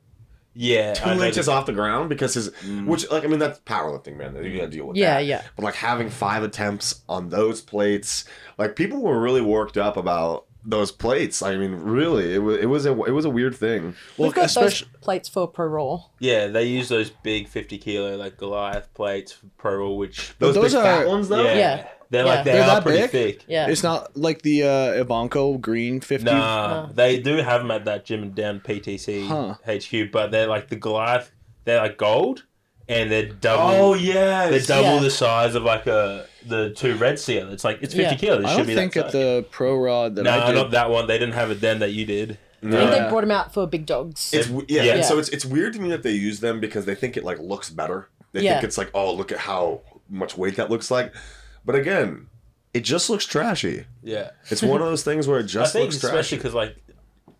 D: yeah. I
C: two
D: know
C: inches
D: the-
C: off the ground because his,
D: Mm.
C: which like I mean that's powerlifting, man. You gotta deal with
E: Yeah,
C: that.
E: yeah.
C: But like having five attempts on those plates, like people were really worked up about those plates. I mean, really, it was it was a it was a weird thing.
A: well,
E: We've got
A: especially
E: those plates for pro roll.
D: Yeah, they use those big 50 kilo, like Goliath plates for Pro Roll, which.
A: But
C: Those,
A: those
C: big
A: are-
C: fat ones though.
D: Yeah.
E: Yeah.
D: They're
E: Yeah.
D: like, they
A: They're
D: are
A: that
D: pretty
A: big?
D: thick.
E: Yeah.
A: it's not like the uh, Ivanko green fifty.
D: Nah,
E: No.
D: they do have them at that gym down PTC
A: Huh.
D: HQ, but they're like the Goliath, they're like gold, and they're double.
C: Oh yeah.
D: They're double
E: Yeah.
D: the size of like a the two red seal. It's like it's fifty
E: Yeah.
D: kilos. It
A: I
D: should
A: don't
D: be
A: think
D: that
A: at
D: size.
A: the pro rod that
D: No,
A: I did.
D: not that one. They didn't have it then that you did.
E: I think
A: Yeah.
E: they brought them out for big dogs.
C: It's w- yeah,
D: Yeah.
C: And so it's it's weird to me that they use them because they think it like looks better. They
E: Yeah.
C: think it's like, oh, look at how much weight that looks like. But again, it just looks trashy.
D: Yeah,
C: It's one of those things where it
D: I
C: just
D: think
C: looks
D: especially
C: trashy.
D: because like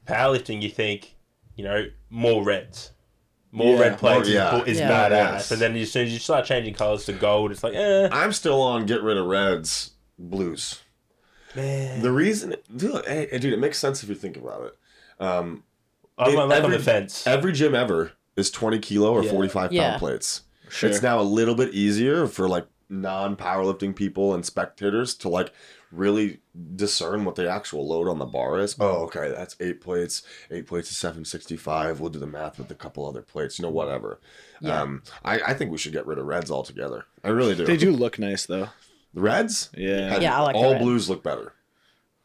D: powerlifting, you think you know more reds, more
A: Yeah.
D: red plates
C: More- yeah.
D: is, is
E: Yeah.
D: badass,
C: Yes.
D: and then as soon as you start changing colors to gold, it's like eh,
C: I'm still on get rid of reds blues.
D: man.
C: The reason, dude, hey, hey, dude, it makes sense if you think about it. Um,
D: I'm
C: it-
D: like on
C: every-
D: the fence.
C: every gym ever is 20 kilo or
D: Yeah.
C: 45 pound
E: Yeah.
C: plates.
A: Sure.
C: It's now a little bit easier for like non powerlifting people and spectators to like really discern what the actual load on the bar is. Oh, okay, that's eight plates. Eight plates is seven sixty five. We'll do the math with a couple other plates. You know, whatever.
E: Yeah.
C: Um, I, I think we should get rid of reds altogether. I really do.
A: They do look nice though.
C: The reds.
A: Yeah.
C: Had-
E: Yeah, I like the
C: all
E: red.
C: blues look better.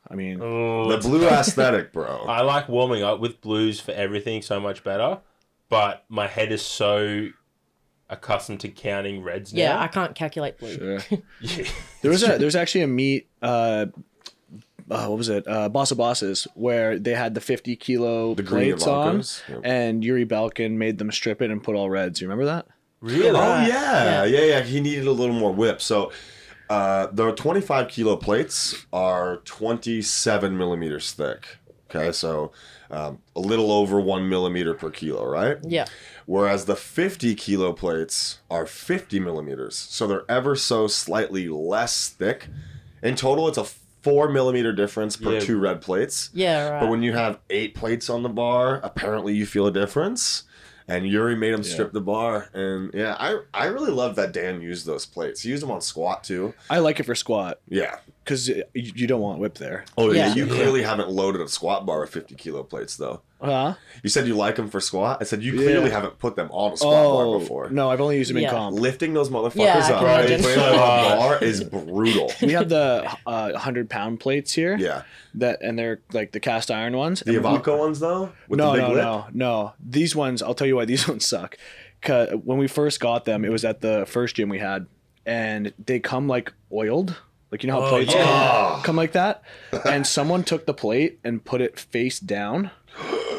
A: I mean,
D: Oh,
C: The blue aesthetic, bro.
D: I like warming up with blues for everything so much better, but my head is so accustomed to counting reds
E: Yeah, I
D: now.
E: can't calculate blue.
A: sure.
D: Yeah.
A: There was a there's actually a meet. Uh, uh, what was it? Uh, Bossa Bosses, where they had the 50 kilo
C: The green
A: plates on,
C: Ivankas. Yeah.
A: and Yuri Balkin made them strip it and put all reds. You remember that?
D: really?
C: Oh yeah, yeah, yeah. He needed a little more whip. So uh, the 25 kilo plates are 27 millimeters thick. Okay, so um, a little over one millimeter per kilo, right?
E: Yeah.
C: Whereas the 50 kilo plates are 50 millimeters, so they're ever so slightly less thick. In total, it's a four millimeter difference per
D: Yeah.
C: two red plates.
E: Yeah, right.
C: But when you have eight plates on the bar, apparently you feel a difference. And Yuri made him strip the bar, and yeah, I I really love that Dan used those plates. He used them on squat too.
A: I like it for squat
C: Yeah.
A: because you, you don't want whip there.
C: Oh
E: yeah.
C: You clearly haven't loaded a squat bar with fifty kilo plates though.
A: Huh?
C: You said you like them for squat. I said you
A: Yeah.
C: clearly haven't put them on a squat bar
A: Oh,
C: before.
A: no, I've only used them in
E: Yeah.
A: comp.
C: Lifting those motherfuckers
E: Yeah, I
C: up
E: can
C: and
E: imagine.
C: putting them on a bar is brutal.
A: We have the uh, 100 pound plates here.
C: Yeah. That
A: That and they're like the cast iron ones.
C: the
A: And we-
C: Ivanka ones though, with
A: no,
C: the big
A: no,
C: lip.
A: no, no. These ones, I'll tell you why these ones suck. 'Cause when we first got them, it was at the first gym we had, and they come like oiled, like you know how
D: Oh,
A: plates
C: yeah.
A: come, come like that. And someone took the plate and put it face down,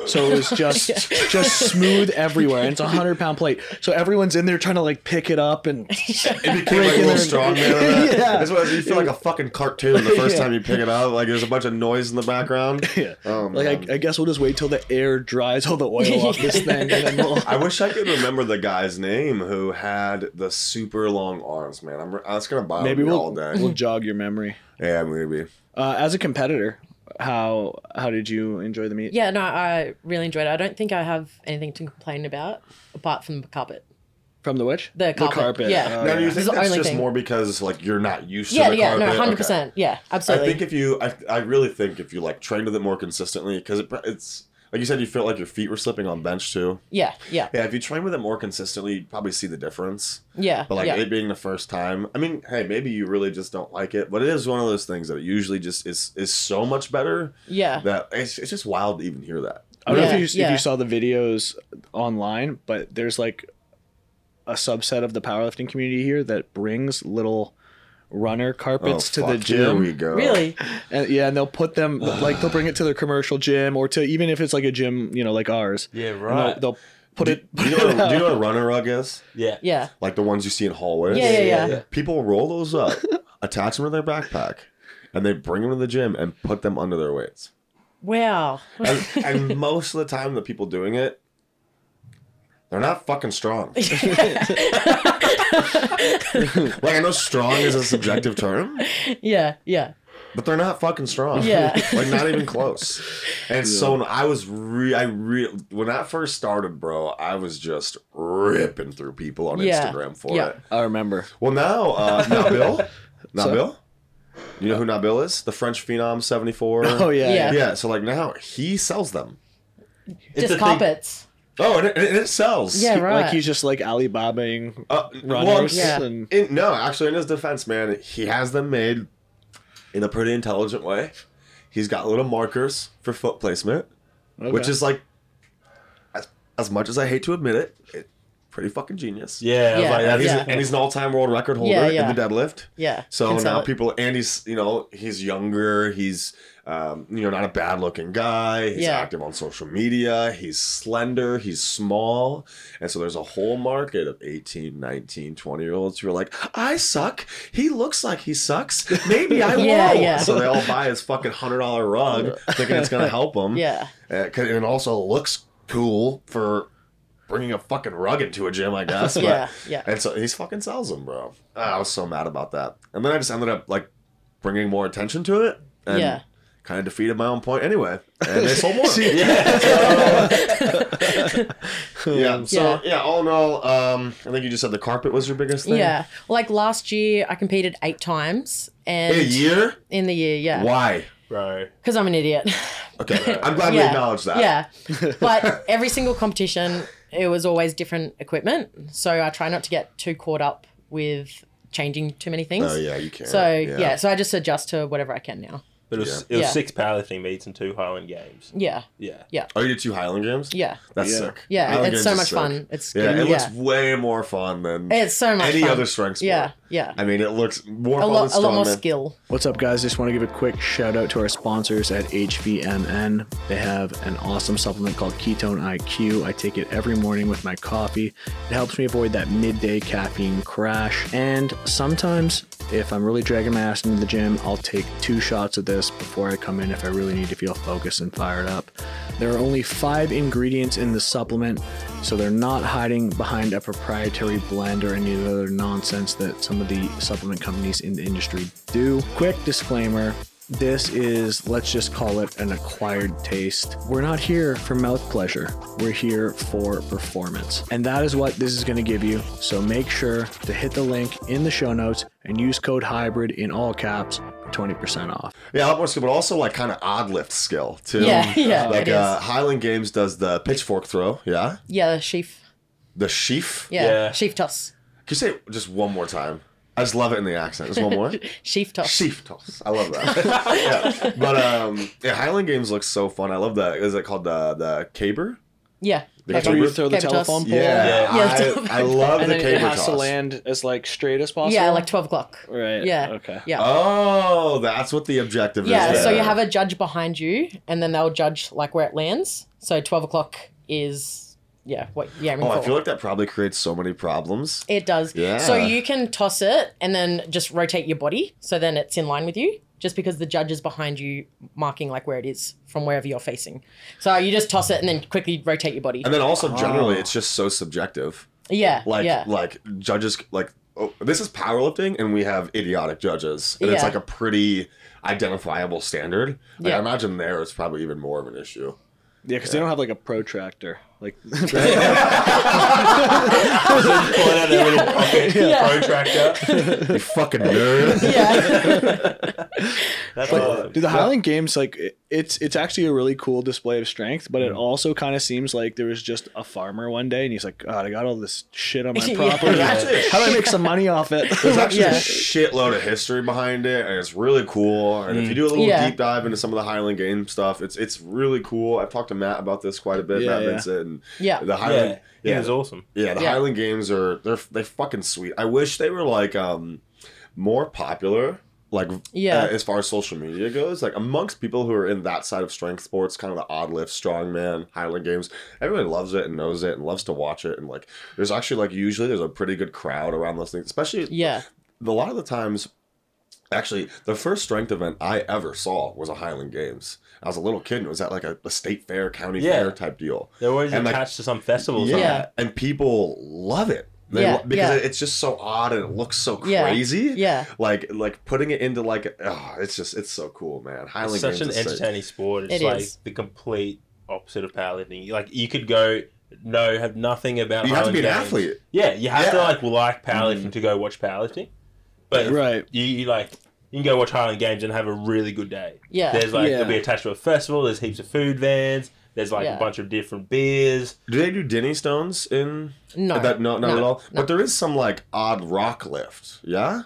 A: so it was just just smooth everywhere. And it's a hundred pound plate, so everyone's in there trying to like pick it up and
C: It became like a little strong man. of that.
A: Yeah.
C: That's why you feel like a fucking cartoon the first
A: Yeah.
C: time you pick it up. Like there's a bunch of noise in the background.
A: Yeah.
C: Oh,
A: like
C: man.
A: I, I guess we'll just wait till the air dries all the oil off this thing, and then we'll.
C: I wish I could remember the guy's name who had the super long arms, man. I'm, I was gonna buy
A: Maybe
C: them
A: we'll
C: all day.
A: we'll jog your memory.
C: yeah, maybe.
A: Uh, as a competitor, how how did you enjoy the meet?
E: yeah, no, I really enjoyed it. I don't think I have anything to complain about apart from the carpet.
A: From the which?
E: The carpet, yeah.
A: Oh,
C: Now, do you
E: This is
C: think
E: the
C: that's
E: only
C: just
E: thing.
C: more because like you're not used to
E: yeah,
C: the
E: yeah,
C: carpet?
E: no,
C: Okay.
E: hundred percent. Yeah,
C: I
E: absolutely.
C: think if you, I, I really think if you like trained with it more consistently, because it, it's like you said, you felt like your feet were slipping on bench too.
E: yeah, yeah,
C: Yeah, if you train with it more consistently, you'd probably see the difference.
E: yeah,
C: But like
E: yeah.
C: it being the first time, I mean, hey, maybe you really just don't like it, but it is one of those things that it usually just is is so much better
E: yeah.
C: that it's, it's just wild to even hear that.
A: I don't know if
E: Yeah,
A: you, if
E: yeah.
A: you saw the videos online, but there's like a subset of the powerlifting community here that brings little runner carpets to the
C: Oh, fuck, Here we
A: gym.
C: go.
E: Really?
A: And, yeah, and they'll put them like they'll bring it to their commercial gym or to even if it's like a gym, you know, like ours.
D: Yeah,
A: And
D: right.
A: They'll, they'll put it.
C: Do you, know what, do you know what a runner rug is?
D: yeah.
E: Yeah.
C: Like the ones you see in hallways.
E: Yeah, yeah, yeah.
C: People roll those up, attach them to their backpack, and they bring them to the gym and put them under their weights.
E: Wow.
C: And, and most of the time, the people doing it, they're not fucking strong. like I know strong is a subjective term,
E: yeah, yeah.
C: but they're not fucking strong.
E: Yeah.
C: like not even close. And it's so I was re I re when I first started, bro, I was just ripping through people on
E: Yeah.
C: Instagram for
E: Yeah.
C: it.
A: I remember.
C: Well, now, uh, Nabil,
A: So-
C: Nabil, you know who Nabil is? The French phenom, seventy four.
A: Oh yeah.
E: Yeah.
C: yeah. So like now he sells them.
D: a
E: Just
D: thing.
E: carpets.
C: Oh, and it, and it sells.
E: Yeah, right.
A: Like he's just like Alibabaing
C: Uh, well,
A: runners
E: Yeah.
A: and
C: in, no, actually, in his defense, man, he has them made in a pretty intelligent way. He's got little markers for foot placement, which
A: Okay.
C: is like, as, as much as I hate to admit it, it pretty fucking genius.
D: Yeah.
E: Yeah.
D: Like,
C: And
D: that's
C: he's,
E: Yeah.
C: and he's an all-time world record holder
E: Yeah, yeah.
C: in the deadlift.
E: Yeah.
C: So
E: can sell
C: now
E: it.
C: people, and he's you know he's younger, he's um, you know not a bad looking guy. He's
E: Yeah.
C: active on social media. He's slender. He's small, and so there's a whole market of 18, 19, 20 year olds who are like, I suck. He looks like he sucks. Maybe I will.
E: Yeah, yeah.
C: So they all buy his fucking hundred dollar rug, thinking it's gonna help him.
E: Yeah.
C: Uh, 'cause it also looks cool for bringing a fucking rug into a gym, I guess. But,
E: Yeah, yeah.
C: And so he's fucking sells them, bro. Ah, I was so mad about that. And then I just ended up like bringing more attention to it. And
E: Yeah.
C: kind of defeated my own point anyway, and they sold more. yeah. So yeah.
E: Yeah.
C: All in all, um, I think you just said the carpet was your biggest thing.
E: Yeah. Like last year, I competed eight times. And
C: In a year?
E: In the year, yeah.
C: Why?
D: Bro.
E: Because I'm an idiot.
C: Okay. I'm glad we
E: Yeah.
C: acknowledged that.
E: Yeah. But every single competition, it was always different equipment. So I try not to get too caught up with changing too many things.
C: Oh yeah, you can.
E: So yeah. so I just adjust to whatever I can now.
D: But it was,
C: Yeah.
D: it was
E: Yeah.
D: six powerlifting meets and two Highland Games.
E: Yeah,
D: Yeah.
C: Oh, you did two Highland games.
E: yeah,
C: That's
A: Yeah.
C: sick.
E: yeah.
C: Highland
E: it's
C: Games
E: so
C: is
E: much
C: sick.
E: fun. It's
C: Yeah,
E: good.
C: it
E: yeah.
C: looks way more fun than
E: it's so much
C: any
E: fun.
C: other strength sport.
E: Yeah, yeah.
C: I mean, it looks more
E: A
C: fun
E: lot,
C: than
E: a lot more
C: strongman.
E: skill.
A: What's up, guys? Just want to give a quick shout out to our sponsors at HVMN. They have an awesome supplement called Ketone IQ. I take it every morning with my coffee. It helps me avoid that midday caffeine crash. And sometimes, if I'm really dragging my ass into the gym, I'll take two shots of this before I come in if I really need to feel focused and fired up. There are only five ingredients in the supplement, so they're not hiding behind a proprietary blend or any of the other nonsense that some of the supplement companies in the industry do. Quick disclaimer. This is, let's just call it an acquired taste. We're not here for mouth pleasure. We're here for performance. And that is what this is going to give you. So make sure to hit the link in the show notes and use code HYBRID in all caps for 20% off.
C: Yeah, a lot more skill, but also like kind of odd lift skill too.
E: Yeah, yeah,
C: Like
E: it is.
C: uh, Highland Games does the pitchfork throw. Yeah,
E: Yeah, sheaf.
C: the sheaf.
E: Yeah,
D: Yeah.
E: sheaf toss.
C: Can you say it just one more time? I just love it in the accent. Just one more.
E: Sheaf toss.
C: Sheaf toss. I love that. yeah. But um, yeah, Highland Games looks so fun. I love that. Is it called the the caber?
E: Yeah.
C: The
E: Cape
C: That's where you
E: toss.
A: throw the
E: Cape toss.
A: telephone pole?
C: Yeah,
E: Yeah, it's over.
C: I, I love
A: And
C: the
A: then it
C: caber
A: has
C: toss.
A: to land as like straight as possible.
E: Yeah, like twelve o'clock.
A: Right.
E: Yeah.
A: Okay.
E: Yeah.
C: Oh, that's what the objective
E: Yeah,
C: is.
E: so
C: there.
E: you have a judge behind you, and then they'll judge like where it lands. So twelve o'clock is yeah, what yeah. I mean,
C: Oh, I
E: for.
C: feel like that probably creates so many problems.
E: it does.
C: Yeah.
E: So you can toss it and then just rotate your body, so then it's in line with you. Just because the judge is behind you, marking like where it is from wherever you're facing. So you just toss it and then quickly rotate your body.
C: And then also generally,
A: Oh.
C: it's just so subjective.
E: yeah,
C: Like
E: yeah,
C: like judges like oh, this is powerlifting, and we have idiotic judges, and it's
E: Yeah.
C: like a pretty identifiable standard. Like I
E: Yeah.
C: imagine there it's probably even more of an issue.
A: Yeah, because they don't have like a protractor. Like
D: Pull it out of the pocket.
E: Yeah.
D: Protractor.
C: you fucking nerd.
E: yeah.
D: That's
E: Uh,
D: awesome.
A: Dude, the Highland Games, like it- it's it's actually a really cool display of strength, but it
E: Mm-hmm.
A: also kind of seems like there was just a farmer one day and he's like, God, I got all this shit on my
E: Yeah.
A: property.
C: That's it.
A: How do I make some money off it?
C: There's actually
E: Yeah.
C: a shitload of history behind it, and it's really cool. And if you do a little
E: Yeah.
C: deep dive into some of the Highland Game stuff, it's it's really cool. I've talked to Matt about this quite a bit,
A: Yeah,
C: Matt
A: yeah.
C: Vincent.
E: Yeah.
C: And the Highland,
D: Yeah. He was awesome.
C: Yeah, the
E: Yeah.
C: Highland Games are they're they fucking sweet. I wish they were like um more popular. Like
E: Yeah.
C: uh, as far as social media goes, like amongst people who are in that side of strength sports, kind of the odd lift, strongman, Highland Games, everybody loves it and knows it and loves to watch it. And like, there's actually like usually there's a pretty good crowd around those things, especially
E: Yeah.
C: a lot of the times actually the first strength event i ever saw was a highland games i was a little kid and it was at like a, a state fair county
D: Yeah.
C: fair type deal
D: They're always
C: And, like-
D: attached to some festival or
C: yeah.
D: something.
E: Yeah.
C: and people love it they
E: Yeah,
C: lo- because
E: yeah.
C: it- it's just so odd and it looks so
E: Yeah,
C: crazy
E: yeah.
C: like like putting it into like oh, it's just it's so cool man highland
D: It's such
C: games
D: an
C: is sick.
D: entertaining sport. It's
E: It
D: like
E: is.
D: the complete opposite of powerlifting. Like you could go no, have nothing about.
C: you have to
D: Highland
C: be an
D: Games.
C: athlete
D: Yeah, you have to
C: Yeah. Mm.
D: like like powerlifting to go watch powerlifting, but
A: right.
D: you, you like you can go watch Highland Games and have a really good day.
E: Yeah.
D: there's like
A: Yeah.
D: there'll be attached to a festival. There's heaps of food vans. There's like
E: Yeah.
D: a bunch of different beers.
C: do they do denny stones in
E: No.
C: that no not
E: no,
C: at all
E: no.
C: but there is some like odd rock lift yeah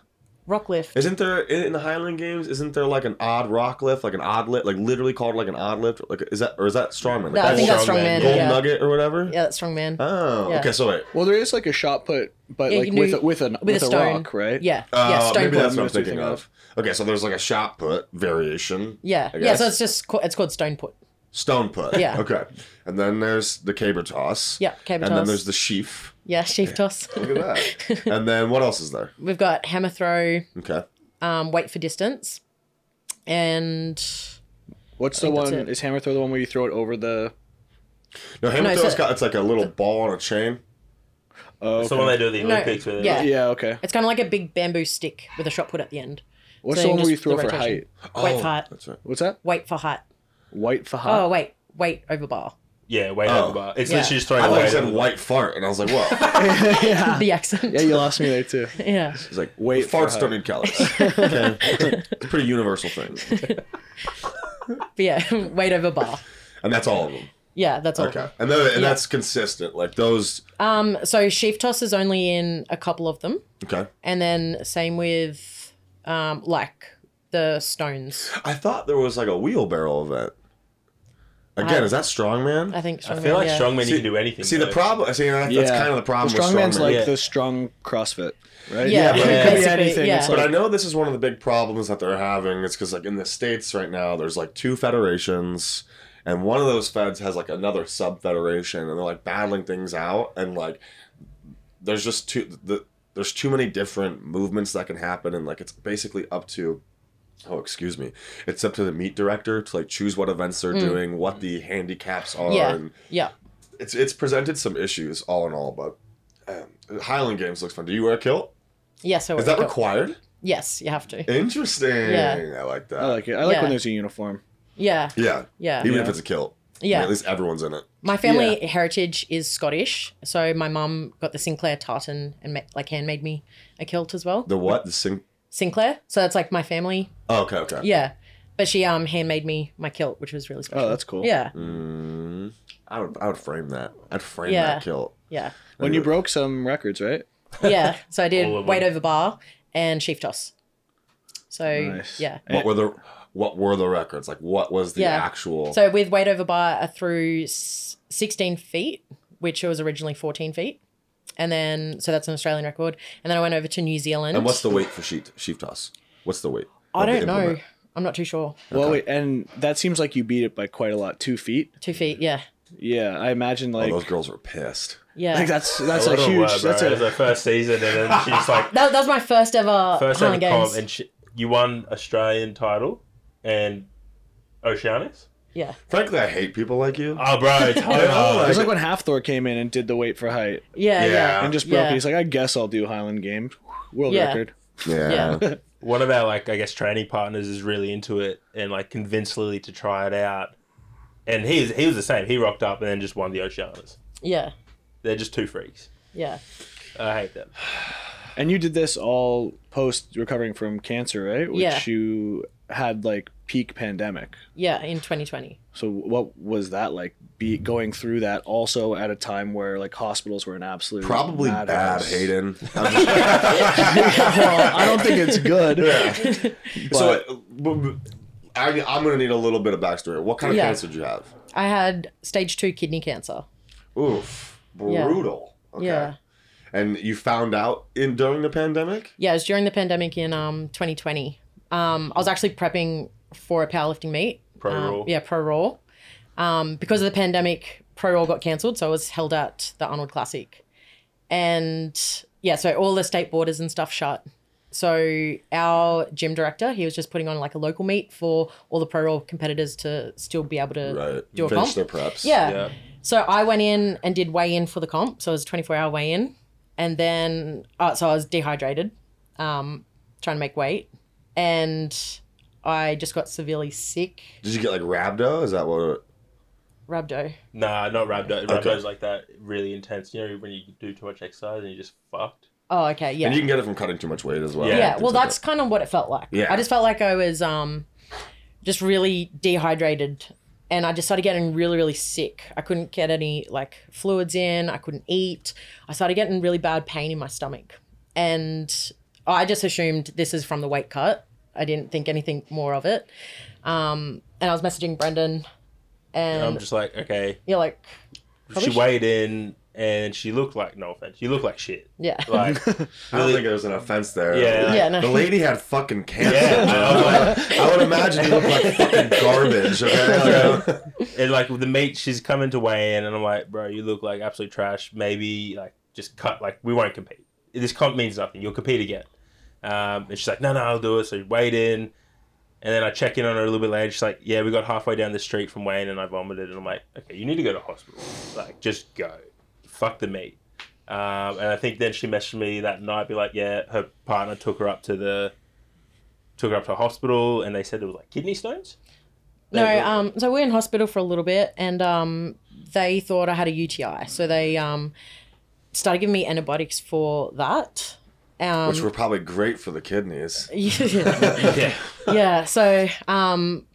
E: Rock lift.
C: Isn't there in in the Highland Games? Isn't there like an odd rock lift, like an odd lift, like literally called like an odd lift? Like is that or is that strongman? Like
E: No, I think that's
C: gold,
E: strongman.
D: strongman,
C: gold
E: Yeah.
C: nugget or whatever.
E: yeah, that's strongman.
C: Oh,
E: Yeah.
C: okay. So wait,
A: Well, there is like a shot put, but
E: Yeah,
A: like
E: you
A: with
E: do-
A: a, with an with,
E: with, a
A: a,
E: stone.
A: rock, right?
E: Yeah. yeah.
C: uh,
E: Stone
C: maybe
E: put.
C: that's what I'm
A: That's what
C: thinking
A: you
C: of. Okay, so there's like a shot put variation.
E: Yeah.
C: I
E: Yeah. So
C: guess.
E: it's just ca- it's called stone put.
C: Stone put.
E: Yeah.
C: Okay, and then there's the caber toss.
E: Yeah, caber
C: And then
E: toss.
C: there's the sheaf.
E: Yeah. Sheaf toss.
C: Look at that. and then what else is there?
E: We've got hammer throw.
C: Okay.
E: Um, wait for distance, and
A: What's the
E: think that's
A: one?
E: it.
A: Is hammer throw the one where you throw it over the?
C: No, hammer
E: No,
C: throw's
E: so-
C: got it's like a little ball on a chain.
A: Oh,
D: It's the
A: okay.
D: one they do at the
E: No,
D: Olympics. where they-
E: yeah.
A: yeah. Okay.
E: it's kind of like a big bamboo stick with a shot put at the end.
A: What's the
E: So you
A: one
E: just-
A: where you throw
E: the
A: for
E: rotation.
A: height?
E: Wait for height.
C: Oh, That's right.
A: What's that?
E: Wait for height.
A: White for height.
E: Oh, wait. Wait over bar.
D: Yeah, way
C: Oh.
D: over bar. It's
E: Yeah.
D: literally just throwing
C: I thought
D: away.
C: you said white fart, and I was like, "What?"
A: yeah.
E: The accent.
A: Ah. yeah, you lost me there too.
E: yeah.
C: She's like,
A: Wait for
C: farts
A: height.
C: don't need calories." Okay. it's a pretty universal thing,
E: But yeah, wait over bar.
C: and that's all of them.
E: Yeah, that's all.
C: Okay, and, tho- and that's consistent. Like those.
E: Um, so sheaf toss is only in a couple of them,
C: Okay,
E: and then same with um, like the stones.
C: I thought there was like a wheelbarrow event. Again,
E: I-
C: is that strongman?
E: I think.
D: I feel like
E: yeah.
D: strongman
C: See-
D: you can do anything.
C: See the
D: though.
C: problem. See, that, that's kind of the problem.
A: The strongman's
C: with strongman.
A: like
D: Yeah.
A: the strong CrossFit, right?
E: Yeah,
C: Yeah, but
A: it could be
E: basically,
A: anything.
E: yeah.
A: It's
C: But
A: like,
C: I know this is one of the big problems that they're having. It's because like in the states right now, there's like two federations, and one of those feds has like another sub federation, and they're like battling things out, and like there's just too the there's too many different movements that can happen, and like it's basically up to. Oh, excuse me. It's up to the meet director to like choose what events they're doing, what the handicaps are,
E: Yeah.
C: and
E: Yeah.
C: it's it's presented some issues all in all. But um, Highland Games looks fun. Do you wear a kilt?
E: Yes, I
C: Is
E: would.
C: that
E: go-
C: required?
E: Yes, you have to.
C: Interesting.
E: Yeah.
C: I like that.
A: I like it. I like
E: Yeah.
A: when there's a uniform.
E: Yeah,
C: yeah.
E: yeah,
C: Even
A: Yeah.
C: if it's a kilt. I mean,
E: yeah.
C: at least everyone's in it.
E: My family heritage is Scottish, so my mum got the Sinclair tartan and ma- like handmade me a kilt as well.
C: The what? The sing.
E: Sinclair, so that's like my family.
C: Oh, okay, okay.
E: Yeah, but she um handmade me my kilt, which was really special.
A: Oh, that's cool.
E: Yeah,
C: Mm, I would I would frame that. I'd frame
E: Yeah.
C: that kilt.
E: yeah,
A: When you broke some records, right?
E: yeah. So
D: All
E: I
D: of
E: did weight
D: them.
E: over bar and sheaf toss. So
A: Nice.
E: yeah.
C: What were the what were the records? Like what was the
E: Yeah.
C: actual
E: So with weight over bar, I threw s- 16 feet, which was originally 14 feet. And then, so that's an Australian record. And then I went over to New Zealand.
C: And what's the weight for sheep sheep toss? What's the weight?
E: I
C: of the
E: don't know.
C: implement?
E: I'm not too sure.
A: Well, wait, and that seems like you beat it by quite a lot. Two feet.
E: Two feet, yeah.
A: Yeah, I imagine
C: Oh,
A: like,
C: those girls were pissed.
E: Yeah.
A: like that's that's
D: I
A: a
D: wouldn't
A: huge.
D: wear, bro.
A: that's
D: it was
A: a
D: her first season, and then she's like
E: That, that was my first ever
D: first ever
E: Highland
D: comp,
E: Games.
D: and she, you won Australian title and Oceanus.
E: Yeah.
C: Frankly, I hate people like you.
A: Uh,
D: Oh, bro, totally.
A: it was like when Half Thor came in and did the weight for height
E: Yeah, yeah.
C: Yeah.
A: and just broke
E: Yeah.
A: it. He's like, I guess I'll do Highland Games, world
E: Yeah.
A: record.
E: Yeah.
D: one of our like I guess training partners is really into it and like convinced Lily to try it out. And he was, he was the same. He rocked up and then just won the Oceanus.
E: Yeah.
D: They're just two freaks.
E: Yeah.
D: I hate them.
A: And you did this all post recovering from cancer, right? Which
E: Yeah.
A: you had like peak pandemic.
E: Yeah. In 2020.
A: So what was that like? Be going through that also at a time where like hospitals were an absolute
C: Probably bad,
A: madhouse.
C: Hayden. I'm just-
A: well, Oh, I don't think it's good.
C: so
A: But
C: uh, b- b- I, am gonna need a little bit of backstory. What kind of
E: Yeah.
C: cancer do you have?
E: I had stage two kidney cancer.
C: Oof,
E: Yeah.
C: brutal. Okay.
E: Yeah.
C: And you found out in during the pandemic?
E: Yeah, it was during the pandemic in um 2020. Um, I was actually prepping for a powerlifting meet.
D: Pro
E: Um,
D: Raw.
E: Yeah, pro raw. Um, because of the pandemic, pro raw got cancelled, so I was held at the Arnold Classic, and yeah, so all the state borders and stuff shut. So our gym director, he was just putting on like a local meet for all the pro raw competitors to still be able to do a
C: Finish
E: comp.
C: their preps.
E: Yeah.
D: Yeah.
E: So I went in and did weigh in for the comp. So it was a 24 hour weigh in. And then, oh, so I was dehydrated, um, trying to make weight. And I just got severely sick,
C: Did you get like rhabdo? Is that what? It,
E: rhabdo.
D: Nah, not rhabdo. Rhabdo's
C: Okay.
D: like that really intense. You know when you do too much exercise and you just fucked.
E: Oh, okay. Yeah.
C: And you can get it from cutting too much weight as well.
D: Yeah.
E: yeah.
C: Things
E: Well,
C: like
E: that's kind of what it felt like.
C: Yeah.
E: I just felt like I was um, just really dehydrated. And I just started getting really, really sick. I couldn't get any like fluids in. I couldn't eat. I started getting really bad pain in my stomach. And I just assumed this is from the weight cut. I didn't think anything more of it. Um, and I was messaging Brendan
D: And I'm
E: and
D: just like, okay.
E: you're like, Mm. Probably
D: she weighed in and she looked like no offense. She looked like shit.
E: yeah.
D: Like
C: I don't think there was an offense there.
D: Yeah.
C: Like,
E: Yeah, no.
C: The lady had fucking cancer.
D: Yeah, I
C: man. I would imagine you look like fucking garbage. Okay. Like,
D: and like with the meat, she's coming to weigh in, and I'm like, bro, you look like absolute trash. Maybe like just cut. Like we won't compete. This comp means nothing. You'll compete again. Um, and she's like, no, no, I'll do it. So we weighed in, and then I check in on her a little bit later. She's like, yeah, we got halfway down the street from weighing, and I vomited. And I'm like, okay, you need to go to hospital. Like just go. Fuck the meat. Um, and I think then she messaged me that night, be like, yeah, her partner took her up to the took her up to hospital, and they said it was like kidney stones. They-
E: No, um, so we are in hospital for a little bit, and um, they thought I had a UTI, so they um, started giving me antibiotics for that. Um,
C: which were probably great for the kidneys.
E: yeah,
D: yeah,
E: yeah. So um,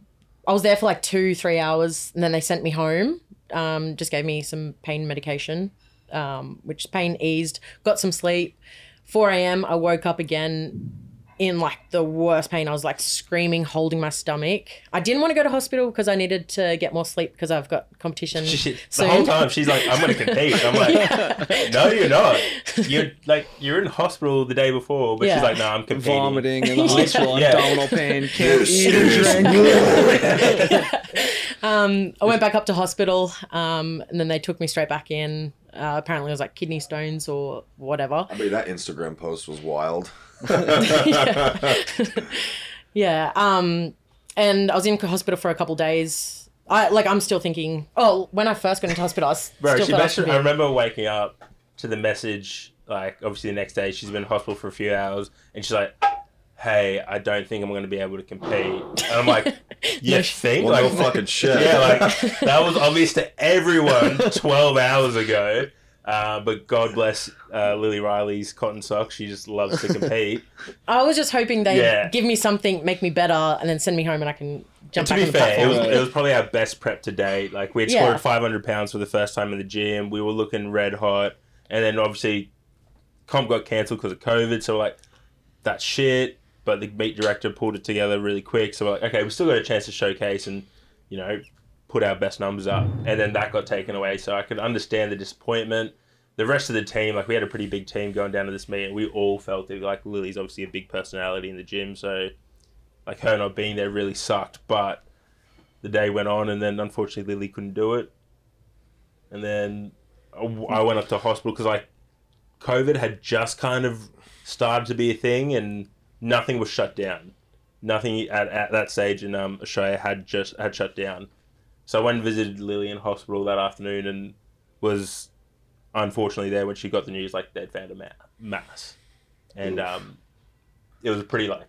E: I was there for like two, three hours, and then they sent me home. Um, just gave me some pain medication, um, which pain eased. Got some sleep. 4 a.m. I woke up again in like the worst pain. I was like screaming, holding my stomach. I didn't want to go to hospital because I needed to get more sleep because I've got competition.
D: She- the
E: soon.
D: whole time she's like, "I'm gonna compete." I'm like, "No, you're not. You're like you're in hospital the day before, but
E: Yeah.
D: she's like, "No, I'm competing."
A: Vomiting in the hospital,
D: Yeah.
A: abdominal pain, can't eat or drink.
E: I went back up to hospital, um, and then they took me straight back in. Uh, apparently, it was like kidney stones or whatever.
C: I mean, that Instagram post was wild.
E: Yeah. Um, and I was in hospital for a couple days. I like I'm still thinking. Oh, when I first got into hospital, I was
D: Bro,
E: still
D: she
E: thought I
D: mentioned,
E: should be-
D: I remember waking up to the message, like, obviously the next day, she's been in hospital for a few hours, and she's like, hey, I don't think I'm going to be able to compete. And I'm like, you think?
C: Well, no
D: Like,
C: fucking shit.
D: yeah, like, that was obvious to everyone 12 hours ago. Uh, but God bless uh, Lily Riley's cotton socks. She just loves to compete.
E: I was just hoping they
D: Yeah.
E: would give me something, make me better, and then send me home, and I can jump
D: to
E: back
D: be
E: on the
D: fair, it was,
E: platform.
D: it was probably our best prep to date. Like we had
E: Yeah.
D: scored 500 pounds for the first time in the gym. We were looking red hot, and then obviously comp got cancelled because of COVID. So like that's shit. But the meet director pulled it together really quick. So we're like, okay, we still got a chance to showcase and you know put our best numbers up. And then that got taken away. So I could understand the disappointment. The rest of the team, like we had a pretty big team going down to this meet, and we all felt it. Like Lily's obviously a big personality in the gym, so like her not being there really sucked. But the day went on, and then unfortunately Lily couldn't do it. And then I w- I went up to hospital because like COVID had just kind of started to be a thing, and nothing was shut down. Nothing at, at that stage in um, Australia had just had shut down. So I went and visited Lily in hospital that afternoon, and was unfortunately there when she got the news like they'd found a ma- mass, and um, it was a pretty like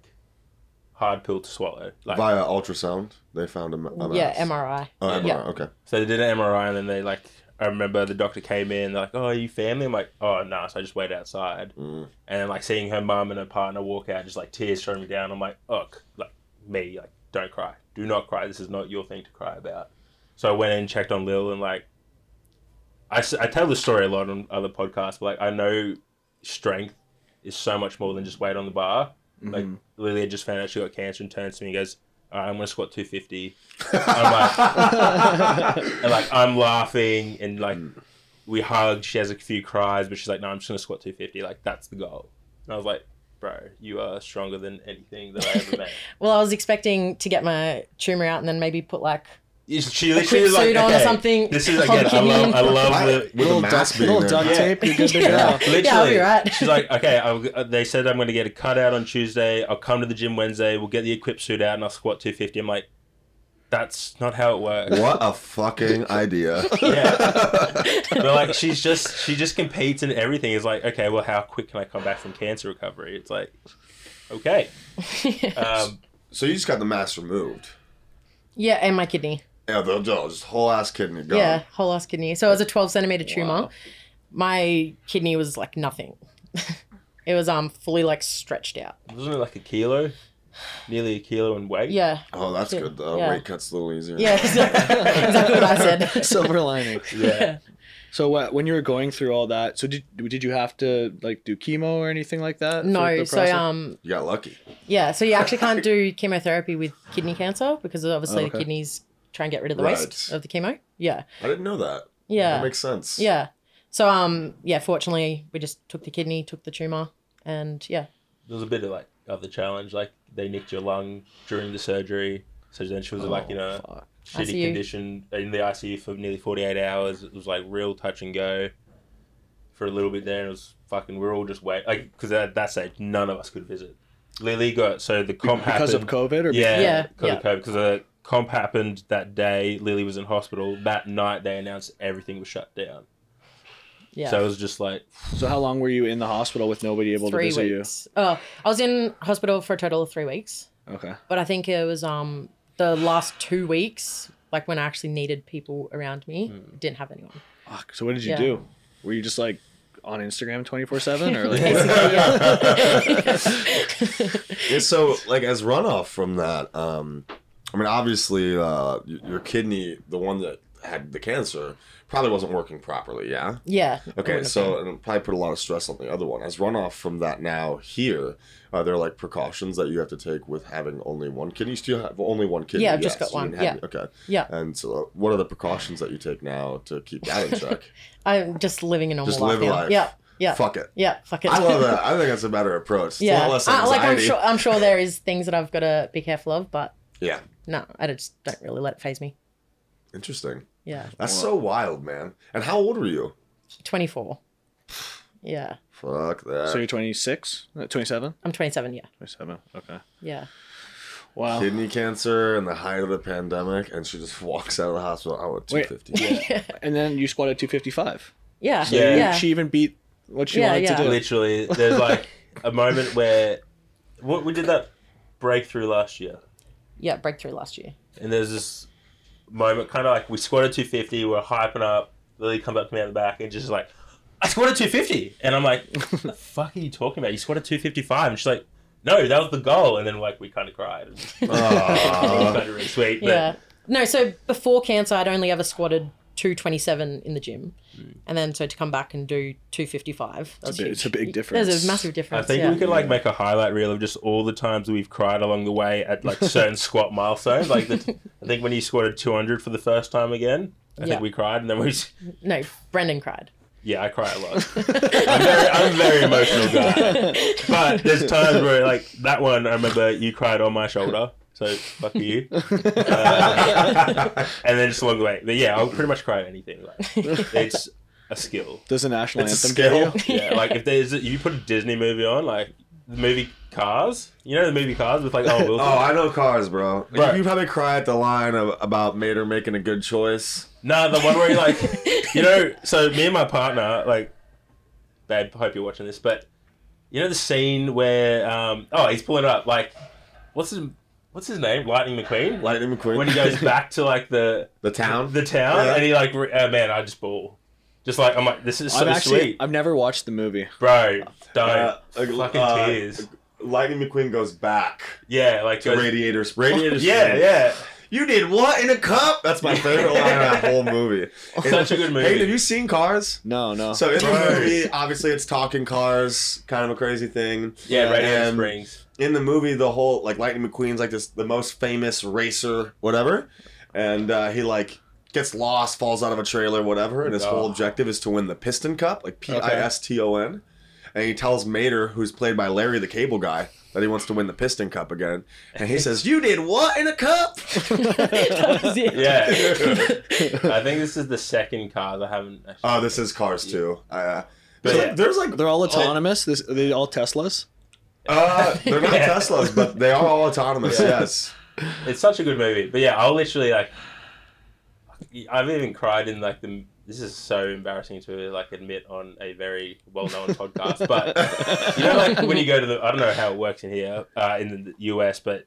D: hard pill to swallow. Like
C: Via ultrasound, they found a, a
E: yeah,
C: mass.
E: MRI.
C: Oh, MRI.
E: Yeah.
C: Okay.
D: So they did an MRI and then they like I remember the doctor came in they're like, "Oh, are you family?" I'm like, "Oh, no." So I just waited outside,
C: Mm.
D: and then like seeing her mum and her partner walk out, just like tears streaming down. I'm like, "Ugh, like me, like don't cry, do not cry. This is not your thing to cry about." So I went in, checked on Lil, and like I, s- I tell this story a lot on other podcasts, but like I know strength is so much more than just weight on the bar. Like Lily had just found out she got cancer and turns to me and goes, All right, I'm gonna squat 250. I'm like, and like I'm laughing and like
E: Mm.
D: we hugged. She has a few cries, but she's like, No, I'm just gonna squat 250. Like that's the goal. And I was like, Bro, you are stronger than anything that I ever met.
E: Well, I was expecting to get my tumor out and then maybe put like
D: She
E: a
D: literally
E: quick
D: was like,
E: suit on or
D: okay,
E: something.
D: This is
E: hold
D: again.
E: the
D: I
E: kidney
D: love.
E: in.
D: I love the
C: With
A: Little
C: a mask
A: duct,
C: being
A: little
C: there.
A: duct
D: Yeah.
A: tape, you're good to
E: Yeah.
A: go.
D: Literally,
E: Yeah, I'll be right.
D: She's like, okay, I'll, uh, they said I'm going to get a cutout on Tuesday. I'll come to the gym Wednesday. We'll get the equip suit out and I'll squat 250. I'm like, that's not how it works.
C: What a fucking idea.
D: Yeah. but like, she's just she just competes in everything. It's like, okay, well, how quick can I come back from cancer recovery? It's like, okay. Um,
C: so you just got the mass removed.
E: yeah, and my kidney.
C: Yeah, the, the just whole ass kidney gone.
E: Yeah, whole ass kidney. So it was a 12 centimeter tumor. My kidney was like nothing. it was um fully like stretched out.
D: wasn't it like a kilo, nearly a kilo in weight?
E: Yeah.
C: Oh, that's
E: Yeah.
C: good though.
E: Yeah.
C: Weight cut's a little easier.
E: Yeah, exactly, exactly what I said.
A: Silver lining.
D: yeah.
A: So uh, when you were going through all that, so did did you have to like do chemo or anything like that? for
E: No,
A: the
E: so
A: process?
E: um,
C: You got lucky.
E: yeah, so you actually can't do chemotherapy with kidney cancer because obviously
A: Oh, okay.
E: the kidneys try and get rid of the waste
C: Right.
E: of the chemo. Yeah,
C: I didn't know that.
E: yeah,
C: That makes sense.
E: yeah. So um, yeah, fortunately we just took the kidney, took the tumor, and yeah,
D: there was a bit of like of the challenge, like they nicked your lung during the surgery. So then she was like, you know,
A: Oh,
D: shitty
E: ICU.
D: condition in the ICU for nearly 48 hours. It was like real touch and go for a little bit there. And it was fucking, we are all just wait. Like, because at that stage, none of us could visit. Lily got, so the comp
A: because
D: happened.
A: of COVID or
D: Yeah,
E: Yeah,
D: because of COVID. Because the uh, comp happened that day. Lily was in hospital. That night, they announced everything was shut down.
E: yeah.
D: So it was just like,
A: So how long were you in the hospital with nobody able to
E: three
A: visit
E: weeks. Oh, I was in hospital for a total of three weeks.
A: Okay.
E: but I think it was um the last two weeks, like when I actually needed people around me,
C: Hmm.
E: didn't have anyone.
A: Fuck. So what did you
E: Yeah.
A: do? Were you just like on Instagram 24/7 or like
E: Basically, yeah.
C: It's so like as runoff from that. Um, I mean, obviously, uh, y- your kidney, the one that had the cancer, probably wasn't working properly. Yeah.
E: yeah. I
C: Okay,
E: wouldn't have
C: so and
E: been.
C: it probably put a lot of stress on the other one. As runoff from that now here, are there like precautions that you have to take with having only one kidney? You still have only one kidney.
E: Yeah, I've just got
C: you didn't
E: one,
C: have-
E: yeah.
C: Okay.
E: yeah,
C: And so, uh, what are the precautions that you take now to keep that in check?
E: I'm just living a normal
C: Just
E: life
C: live
E: now.
C: life.
E: Yeah, yeah,
C: Fuck it.
E: yeah. Fuck it.
C: I love that. I think that's a better approach. It's yeah.
E: yeah,
C: A lot less
E: I-
C: anxiety.
E: like I'm sure I'm sure there is things that I've got to be careful of, but
C: Yeah.
E: no, I just don't really let it phase me.
C: Interesting.
E: Yeah,
C: That's so wild, man. And how old were you?
E: 24. Yeah,
C: Fuck that.
A: So you're 26? Uh, 27?
E: I'm 27. Yeah,
A: 27. Okay.
E: yeah.
A: Wow.
C: Kidney cancer and the height of the pandemic, and she just walks out of the hospital. out at two
A: Wait.
C: fifty.
A: And then you squatted 255.
E: Yeah,
A: So you-
E: yeah.
A: she even beat what she
E: Yeah,
A: wanted
E: yeah.
A: to do.
D: Literally, there's like a moment where what we did that breakthrough last year,
E: yeah, breakthrough last year.
D: and there's this moment kind of like we squatted 250, we're hyping up. Lily comes up to me at the back and just like, I squatted 250, and I'm like, what the fuck are you talking about? You squatted 255, and she's like, no, that was the goal, and then like we kind of cried. And it was
C: Aw.
D: kind of really sweet, but
E: Yeah. No, so before cancer, I'd only ever squatted 227 in the gym. And then so to come back and do 255. That was
A: a big-
E: huge.
A: it's a big
E: There's
A: difference.
E: a massive
D: I
E: difference.
D: think
E: yeah.
D: we could like make a highlight reel of just all the times we've cried along the way at like certain squat milestones. Like, the, I think when you squatted 200 for the first time again, I
E: Yeah.
D: think we cried, and then we, just,
E: No, Brendan cried.
D: yeah, I cry a lot. I'm very, I'm a very emotional guy, but there's times where like that one, I remember you cried on my shoulder. So fuck you. Uh, and then just along the way, but yeah, I'll pretty much cry at anything. Like, it's a skill.
A: Does the national
C: It's a
A: anthem
C: skill.
A: get you?
D: Yeah, like if there's if you put a Disney movie on, like the movie Cars, you know the movie Cars with like oh Wilson.
C: Oh, I know cars, bro.
D: Right.
C: You probably cry at the line of, about Mater making a good choice.
D: No, the one where you like, you know, so me and my partner, like, babe, hope you're watching this, but you know the scene where, um, oh, he's pulling it up, like, what's his, what's his name, Lightning McQueen, like,
C: Lightning McQueen.
D: when he goes back to like the
C: the town.
D: the town,
C: Yeah.
D: and he like, re- oh man, I just ball, just like I'm like, this is so
A: I've actually
D: sweet,
A: I've never watched the movie.
D: bro, don't
C: Uh, like,
D: fucking
C: uh,
D: tears,
C: Lightning McQueen goes back
D: yeah, like
C: to
D: goes-
C: radiators. Radiators.
D: yeah, yeah.
C: You did what in a cup? That's my favorite line in that whole movie.
D: Such a good movie.
C: Hey, have you seen Cars?
A: No, no.
C: So in the
D: Right.
C: movie, obviously it's talking cars, kind of a crazy thing.
D: Yeah, Radiator
C: And
D: Springs.
C: In the movie, the whole like Lightning McQueen's like this the most famous racer, whatever, and uh, he like gets lost, falls out of a trailer, whatever, and his whole
D: Oh.
C: objective is to win the Piston Cup, like P I S T O N, and he tells Mater, who's played by Larry the Cable Guy. That he wants to win the Piston Cup again, and he says, "You did what in a cup?"
E: that was it.
D: Yeah. I think this is the second car that I haven't actually
C: Oh, this is Cars too. Uh,
D: But
C: there's,
D: yeah.
C: like, there's like oh.
A: They're all autonomous. This are they all Teslas.
C: Uh, they're not
D: Yeah.
C: Teslas, but they are all autonomous.
D: Yeah.
C: Yes.
D: It's such a good movie. But yeah, I'll literally like I've even cried in like the this is so embarrassing to like admit on a very well-known podcast, but you know like when you go to the I don't know how it works in here uh, in the US, but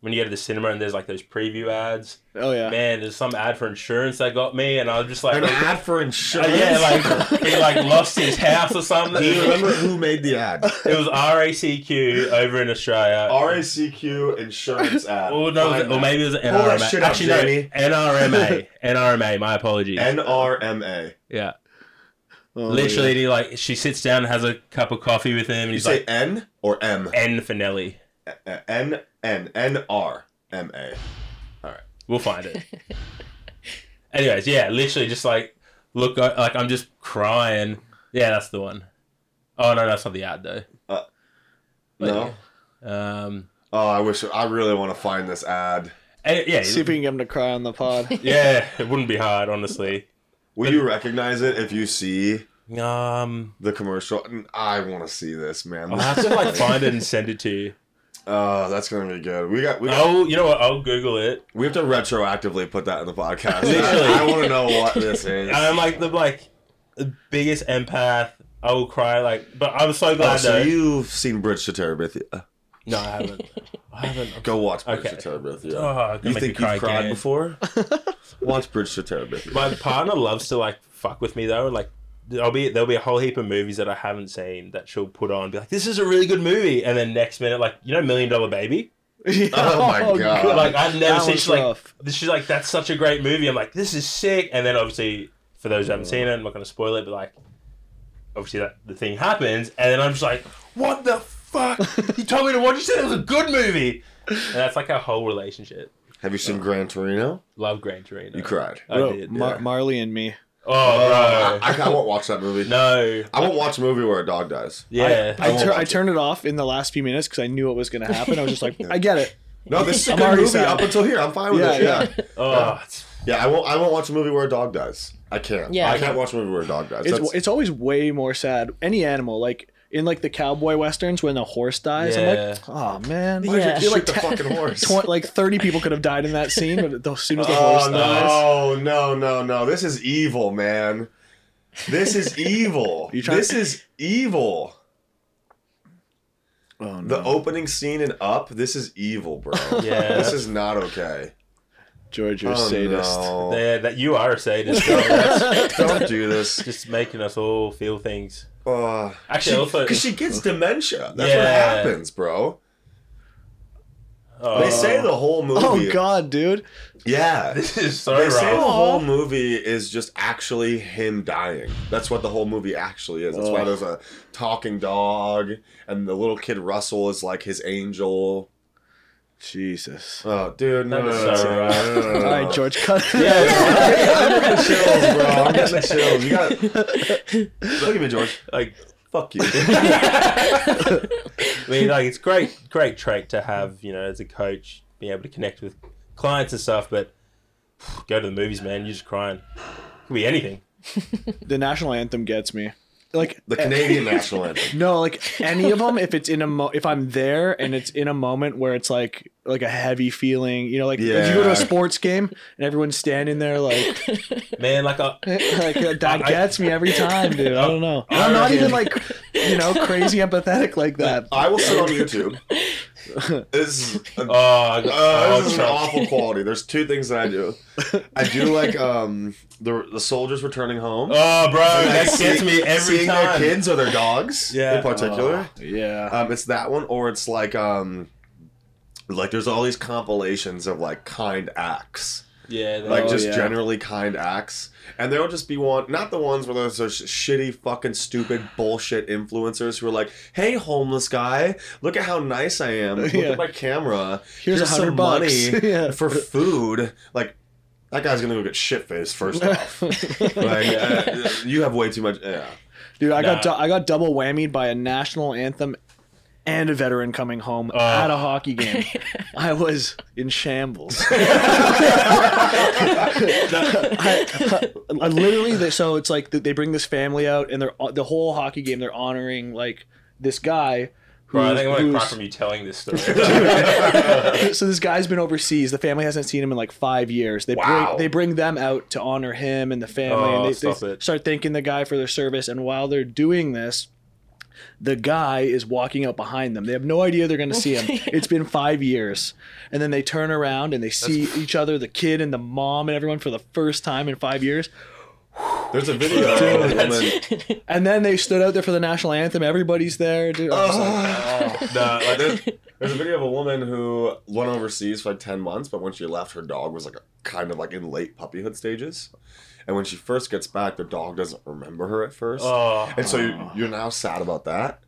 D: when you go to the cinema and there's like those preview ads,
A: Oh yeah.
D: man, there's some ad for insurance that got me, and I was just like,
C: An ad for
D: Uh,
C: insurance.
D: yeah, like he like lost his house or something.
C: Do you remember who made the ad?
D: It was RACQ over in Australia.
C: RACQ insurance ad.
D: Or, no,
C: Find
D: or
C: that.
D: maybe it was
C: Pull that
D: NRMA.
C: shit up,
D: Actually,
C: Jamie.
D: no, NRMA. NRMA. My apologies.
C: NRMA.
D: yeah,
A: Oh,
D: literally,
A: yeah.
D: he, like she sits down, and has a cup of coffee with him, and
C: You
D: he's
C: say
D: like,
C: N or M?
D: "N for Nelly."
C: Uh, N N N R M A.
D: We'll find it. Anyways, yeah, literally, just like look, uh, like I'm just crying. Yeah, that's the one. Oh no, that's not the ad though.
C: No.
D: Um,
C: Oh, I wish. I really want to find this ad.
D: and- yeah,
A: See if we can get him to cry on the pod.
D: yeah, it wouldn't be hard, honestly.
C: Will you recognize it if you see
D: Um,
C: the commercial? Mm, I want to see this, man.
D: I'll have to like find it and send it to you.
C: Oh, that's gonna be good. We got. We got.
D: Oh, you know what? I'll Google it.
C: We have to retroactively put that in the podcast.
D: Literally.
C: I, want to know what this is.
D: And I'm like the like the biggest empath. I will cry like, but I'm so glad
C: Oh, so
D: though.
C: you've seen Bridge to Terabithia.
D: No, I haven't. I haven't.
C: Go watch Bridge
D: Okay.
C: to Terabithia.
D: Oh,
C: you think you've
D: cry
C: cried
D: again.
C: before? watch Bridge to Terabithia.
D: My partner loves to like fuck with me though. Like, I'll be there'll be a whole heap of movies that I haven't seen that she'll put on, be like, "This is a really good movie," and then next minute, like, you know, Million Dollar Baby.
C: Oh my god!
D: Like, I've
A: That
D: never seen.
A: one's
D: She's like,
A: rough.
D: she's like, "That's such a great movie." I'm like, "This is sick," and then obviously, for those who haven't seen it, I'm not going to spoil it, but like, obviously, that the thing happens, and then I'm just like, "What the fuck? you told me to watch. You said it was a good movie." And that's like our whole relationship.
C: Have you seen Gran Torino?
D: Love Gran Torino.
C: You cried.
D: I
A: Bro,
D: did.
A: Mar-
C: yeah.
A: Marley and me.
D: Oh, bro.
C: I, I won't watch that movie.
D: No.
C: I won't watch a movie where a dog dies.
D: Yeah.
A: I,
C: won't
A: tur-
C: watch
A: I
C: it.
A: turned it off in the last few minutes because I knew what was going to happen. I was just like, I get it.
C: No, this is a
A: I'm
C: good
A: already
C: movie
A: sad.
C: up until here. I'm fine with
A: Yeah,
C: it. Yeah. yeah,
D: oh, it's-
C: I won't. I won't watch a movie where a dog dies. I can't.
E: Yeah.
C: I can't watch a movie where a dog dies.
A: It's,
C: That's-
A: it's always way more sad. Any animal, like in like the cowboy westerns when a horse dies, I'm
D: Yeah.
A: like, oh man,
E: Why'd you
A: I feel
C: shoot
A: like
C: the
A: te-
C: fucking horse?
A: twen- like thirty people could have died in that scene, but as soon as the horse
C: oh
A: dies,
C: no, no, no, no! This is evil, man. This is evil.
A: You trying-
C: this is evil.
A: oh no,
C: The opening scene in Up. This is evil, bro.
D: Yeah.
C: This is not okay.
A: George, you're a
C: Oh,
A: sadist.
C: no.
D: yeah, that you are a sadist. bro. That's
C: Don't do this.
D: just making us all feel things.
C: Because
D: Actually, also,
C: she gets dementia. That's
D: Yeah.
C: what happens, bro.
D: oh,
C: They say the whole movie.
A: Oh god, dude,
C: Yeah.
D: this is so
C: They say the
D: wrong.
C: whole movie is just actually him dying. That's what the whole movie actually is. That's why
A: Ugh.
C: there's a talking dog, and the little kid Russell is like his angel.
A: Jesus.
C: Oh, dude, no,
D: That
C: no,
D: is
C: no,
D: so
C: no,
D: rough.
C: no, no, no, no.
A: All right, George, cut.
C: I'm getting the chills, bro. I'm getting the chills. You got. Look at me, George.
D: Like,
C: Fuck you.
D: I mean, like it's great, great trait to have. You know, as a coach, being able to connect with clients and stuff. But go to the movies, man. You're just crying. Could be anything.
A: the national anthem gets me. Like
C: The Canadian national anthem.
A: No, like any of them. If it's in a mo- if I'm there and it's in a moment where it's like like a heavy feeling, you know, like if you go to
C: Yeah.
A: a sports game and everyone's standing there like
D: Man, like I,
A: like uh, that
D: I-
A: gets me every time, dude. I don't know. And I'm not even like you know crazy empathetic like that.
C: I will sit on YouTube. This is a
D: oh, I got,
C: Uh, this is an
D: oh,
C: awful quality. There's two things that I do. I do like um the the soldiers returning home.
D: oh, bro,
C: Like,
D: that
C: see-
D: gets me every
C: seeing
D: time.
C: their kids or their dogs.
D: Yeah.
C: In particular,
A: Yeah.
C: um, it's that one, or it's like um, like there's all these compilations of like kind acts,
D: Yeah, that-
C: like
A: Oh,
C: just
A: yeah.
C: generally kind acts, and there'll just be one, not the ones where there's those shitty, fucking, stupid, bullshit influencers who are like, "Hey, homeless guy, look at how nice I am. Look
A: Yeah.
C: at my camera.
A: Here's a hundred bucks. yeah.
C: for food. Like that guy's gonna go get shit faced first off. like uh, you have way too much. Yeah.
A: Dude, I got
D: Nah.
A: du- I got double whammied by a national anthem and a veteran coming home at a hockey game. I was in shambles. I, I literally, they- so it's like th- they bring this family out, and they're the whole hockey game. They're honoring like this guy. Who,
D: bro, I think I'm gonna cry
A: who's-
D: from you telling this story.
A: so this guy's been overseas. The family hasn't seen him in like five years. They
C: Wow.
A: bring they bring them out to honor him and the family,
D: Oh,
A: and they,
D: stop
A: they
D: it.
A: start thanking the guy for their service. And while they're doing this, the guy is walking out behind them. They have no idea they're going to see him. It's been five years, and then they turn around and they see each other, the kid and the mom and everyone for the first time in five years.
C: There's a video of a woman.
A: And then they stood out there for the national anthem. Everybody's there. Dude, I'm just
C: Oh,
A: like,
D: Oh.
C: Nah, like, there's, there's a video of a woman who went overseas for like ten months, but when she left, her dog was like kind of like in late puppyhood stages. And when she first gets back, the dog doesn't remember her at first.
D: oh,
C: And so you, you're now sad about that,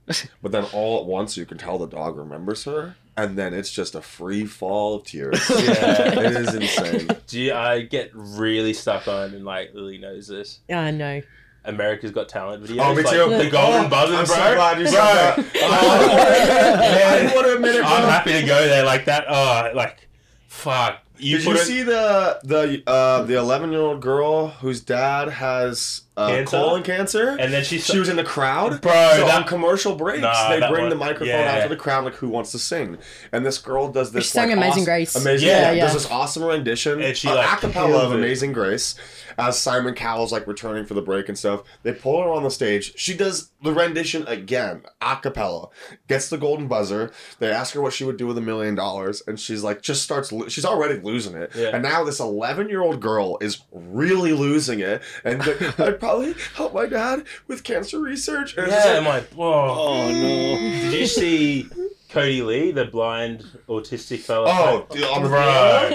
C: but then all at once you can tell the dog remembers her, and then it's just a free fall of tears.
D: yeah.
C: it is insane.
D: Do you, I get really stuck on and like Lily knows this.
E: I know.
D: America's Got Talent video.
C: Oh, me
D: like,
C: too.
D: The golden
C: Oh,
D: buzzer,
C: I'm
D: bro.
C: so glad you
D: Bro,
C: said that.
D: oh,
C: I
D: man,
C: didn't want to admit it,
D: I'm
C: bro.
D: happy to go there like that. Oh, like fuck. you
C: Did
D: put
C: you
D: it-
C: see the the uh, the eleven year old girl whose dad has uh,
D: Cancer?
C: colon cancer?
D: and then she
C: she was in the crowd.
D: Bro,
C: so
D: that-
C: on commercial breaks,
D: Nah,
C: they
D: that
C: bring
D: one-
C: the microphone
D: yeah.
C: out to the crowd, like who wants to sing, and this girl does this.
E: She sang
C: like,
E: Amazing
C: awesome-
E: Grace.
C: Amazing,
D: Yeah,
C: yeah,
E: yeah.
C: Does this awesome rendition
D: And she,
C: uh,
D: like,
C: acapella of
D: killed it.
C: Amazing Grace, as Simon Cowell's like returning for the break and stuff. They pull her on the stage. She does the rendition again, acapella. Gets the golden buzzer. They ask her what she would do with a million dollars, and she's like, just starts. Lo- she's already losing it,
D: Yeah.
C: and now this eleven-year-old girl is really losing it. And like, I'd probably help my dad with cancer research. And it's just
D: yeah,
C: like,
D: I'm like, whoa.
B: Oh no.
D: Did you see Cody Lee, the blind autistic fella?
C: Oh,
D: play-
C: dude, on the
D: Bro.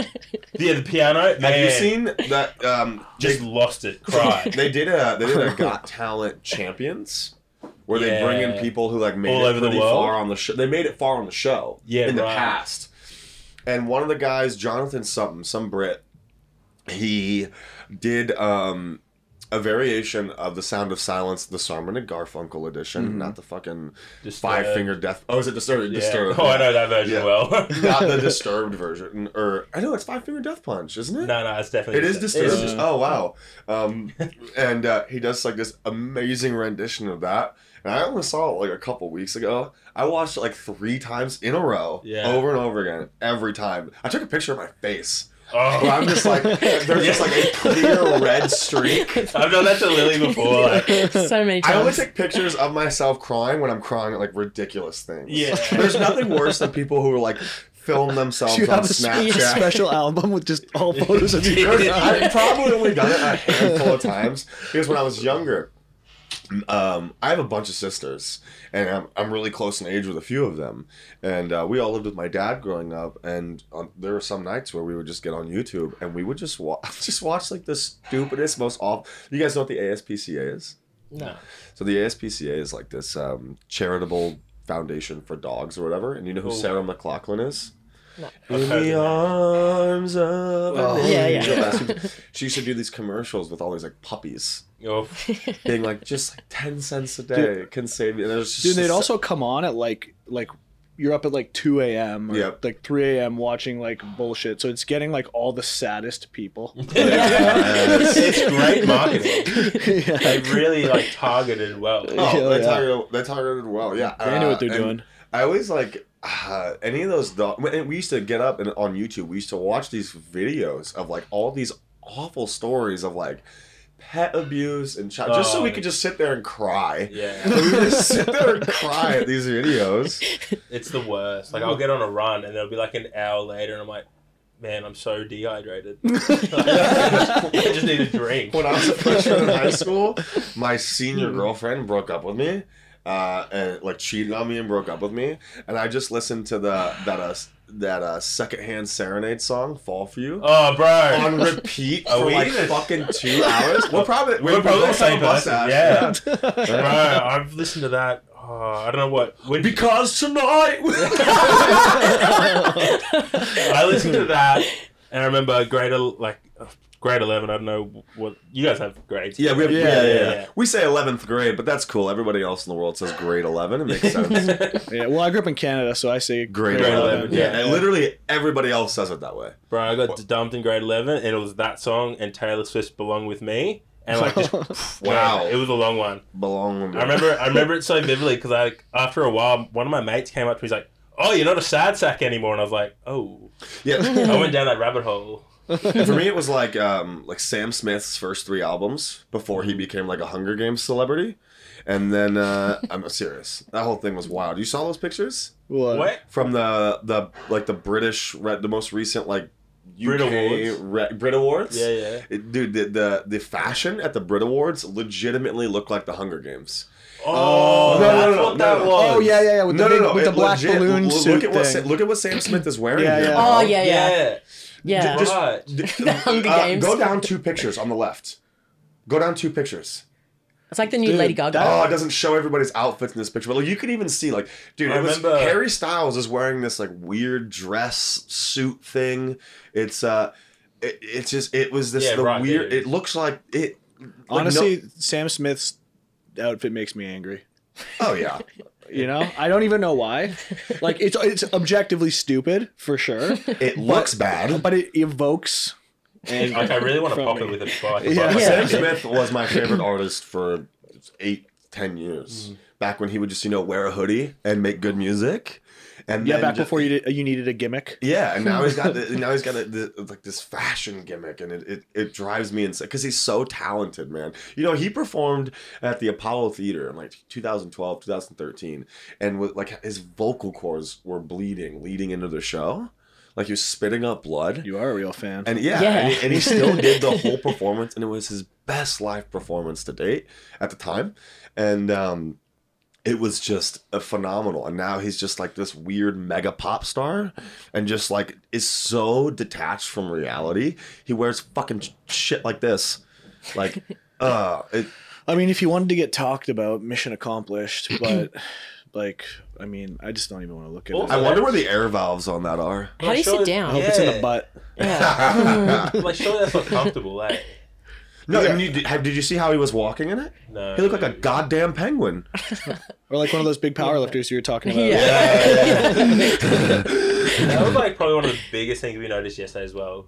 D: yeah, the piano.
C: Have you
D: man,
C: seen that? Um,
D: Just
C: they,
D: lost it. Cried.
C: they did a they did a Got Talent Champions where they bring in
D: Yeah.
C: people who like made
D: All
C: it
D: over the
C: pretty
D: world?
C: far on the show. They made it far on the show
D: Yeah,
C: in the
D: right.
C: past. And one of the guys, Jonathan something, some Brit, he did um, a variation of the Sound of Silence, the Simon and Garfunkel edition, not the fucking
D: Just,
C: five
D: uh,
C: finger death. Oh, is it Disturbed?
D: Yeah.
C: Disturbed.
D: Oh, I know that version
C: Yeah.
D: well.
C: Not the Disturbed version, or I know it's Five Finger Death Punch, isn't it?
D: no, no, it's definitely.
C: It is
D: just-
C: disturbed.
B: Yeah.
C: oh wow! Um, and uh, he does like this amazing rendition of that. And I only saw it like a couple weeks ago. I watched it like three times in a row,
D: Yeah.
C: over and over again, every time. I took a picture of my face. But
D: Oh,
C: I'm just like, there's just like a clear red streak.
D: I've done that to Lily before. Like,
E: so many
C: I only
E: times.
C: take pictures of myself crying when I'm crying at like ridiculous things.
D: Yeah.
C: there's nothing worse than people who are like film themselves
A: you
C: on
A: have a spe-
C: Snapchat.
A: special album with just all photos of you.
C: There's- I've probably only done it a handful of times because when I was younger, um, I have a bunch of sisters, and I'm, I'm really close in age with a few of them, and uh, we all lived with my dad growing up, and on, there were some nights where we would just get on YouTube and we would just watch, just watch like the stupidest, most awful. You guys know what the ASPCA is?
E: No.
C: So the ASPCA is like this um, charitable foundation for dogs or whatever, and you know who
D: Oh.
C: Sarah McLaughlin is?
E: No.
D: I've
C: In
D: heard
C: the
D: of that.
C: arms of an
A: Oh.
E: Yeah,
C: angel.
E: yeah.
C: That's- She used to do these commercials with all these like puppies,
D: oh,
C: being like just like ten cents a day can save you. And there's just
A: Dude, they'd
C: this-
A: also come on at like like you're up at like 2 a.m. or
C: Yep.
A: like 3 a.m. watching like bullshit. So it's getting like all the saddest people.
D: it's, it's great marketing.
A: yeah.
D: They really like targeted well.
C: Oh,
A: Yeah,
C: they
A: yeah.
C: targeted, they targeted well. Yeah,
A: They knew
C: Uh,
A: what they're
C: and
A: doing.
C: I always like uh, any of those dogs. We used to get up and on YouTube. We used to watch these videos of like all these awful stories of like pet abuse and child, just so
D: Oh.
C: we could just sit there and cry.
D: Yeah,
C: we would just sit there and cry at these videos.
D: it's the worst. Like I'll get on a run and it'll be like an hour later, and I'm like, man, I'm so dehydrated. I just need a drink.
C: when I was a freshman in high school, my senior girlfriend broke up with me, uh, and like cheated on me and broke up with me. And I just listened to the that uh, that uh, secondhand serenade song "Fall for You."
D: Oh, bro.
C: on repeat
D: Are
C: for
D: we
C: like
D: in this?
C: fucking two hours. Oh, We're probably
D: We're probably the same person, yeah. Bro,
C: yeah.
D: I've listened to that. Oh, I don't know what. When,
C: because tonight.
D: I listened to that, and I remember grade el- like uh, grade eleven. I don't know what you guys have grades.
C: yeah, we have, yeah,
D: Yeah,
C: yeah,
D: yeah,
C: yeah,
D: yeah.
C: We say eleventh grade, but that's cool. Everybody else in the world says grade eleven. It makes sense.
A: Yeah. Well, I grew up in Canada, so I say
C: Grade,
A: grade
D: 11,
A: 11.
C: yeah.
D: yeah.
C: And literally everybody else says it that way.
D: Bro, I got dumped in grade eleven, and it was that song and Taylor Swift's "Belong with Me," and like just
C: Wow.
D: it was a long one.
C: Belong. with me.
D: I remember, I remember it so vividly because I after a while, one of my mates came up to me, he's like, "Oh, you're not a sad sack anymore," and I was like, "Oh."
C: Yeah.
D: I went down that rabbit hole.
C: For me, it was like um, like Sam Smith's first three albums before
D: Mm-hmm.
C: he became like a Hunger Games celebrity, and then uh, I'm serious. That whole thing was wild. You saw those pictures
A: What?
D: What?
C: from the the like the British re- the most recent like UK
D: Brit Awards.
C: Re- Brit Awards.
D: Yeah, yeah.
C: It- dude, the, the the fashion at the Brit Awards legitimately looked like the Hunger Games.
D: Oh,
C: No, no,
D: that's
C: no, no,
D: what that
C: no.
D: was.
A: Oh yeah, yeah, yeah. With
C: no,
A: the, big,
C: no, no,
A: with the
C: it
A: black
C: legit-
A: balloon
C: look
A: suit
C: at what
A: thing.
C: Sa- look at what Sam Smith is wearing.
A: Yeah,
C: here,
A: yeah.
C: bro.
E: Oh, yeah, yeah.
D: Yeah.
E: Yeah.
C: Just-
D: Right.
C: d-
E: The Hunger
C: uh,
E: Games.
C: Go down two pictures on the left. Go down two pictures.
E: It's like the new
A: Dude,
E: Lady Gaga.
A: that-
C: Oh, it doesn't show everybody's outfits in this picture, but like you can even see, like, dude,
D: I
C: it was,
D: remember-
C: Harry Styles is wearing this like weird dress suit thing. It's uh, it, it's just it was this
D: Yeah,
C: the
D: right,
C: weird.
D: dude.
C: It looks like it. like,
A: Honestly, Sam Smith's outfit makes me angry.
C: no- oh yeah,
A: You know, I don't even know why. Like it's it's objectively stupid for sure,
C: It looks bad.
A: but it evokes. And
D: Like I really want to
A: From
D: pop
A: me.
D: it with a bike.
A: Yeah.
D: But-
C: Sam Smith was my favorite artist for eight, ten
D: Mm.
C: years. Back when he would just, you know, wear a hoodie and make good music. And
A: yeah,
C: then
A: back
C: ju-
A: before you did, you needed a gimmick.
C: Yeah, and now he's got the, now he's got a, the, like this fashion gimmick, and it, it, it drives me insane because he's so talented, man. You know, he performed at the Apollo Theater in like 2012, 2013, and with, like his vocal cords were bleeding leading into the show, like he was spitting up blood.
A: You are a real fan.
C: And yeah,
E: Yeah.
C: And, he, and he still did the whole performance, and it was his best live performance to date at the time, and um, it was just a phenomenal. And now he's just like this weird mega pop star, and just like is so detached from reality. He wears fucking sh- shit like this, like uh, it,
A: I mean, if you wanted to get talked about, mission accomplished. But like, I mean, I just don't even want to look at
D: Oh,
A: it.
C: I wonder where the air valves on that are.
E: How do you sit
D: Sure.
A: I
E: down?
A: hope it's in the
D: Yeah.
A: butt.
E: Yeah.
D: Like, surely that's not comfortable, eh?
C: No, I mean, you, did, have- did you see how he was walking in it?
D: No.
C: He looked like a goddamn penguin.
A: Or like one of those big power lifters you were talking about.
E: Yeah.
D: That was like probably one of the biggest things we noticed yesterday as well.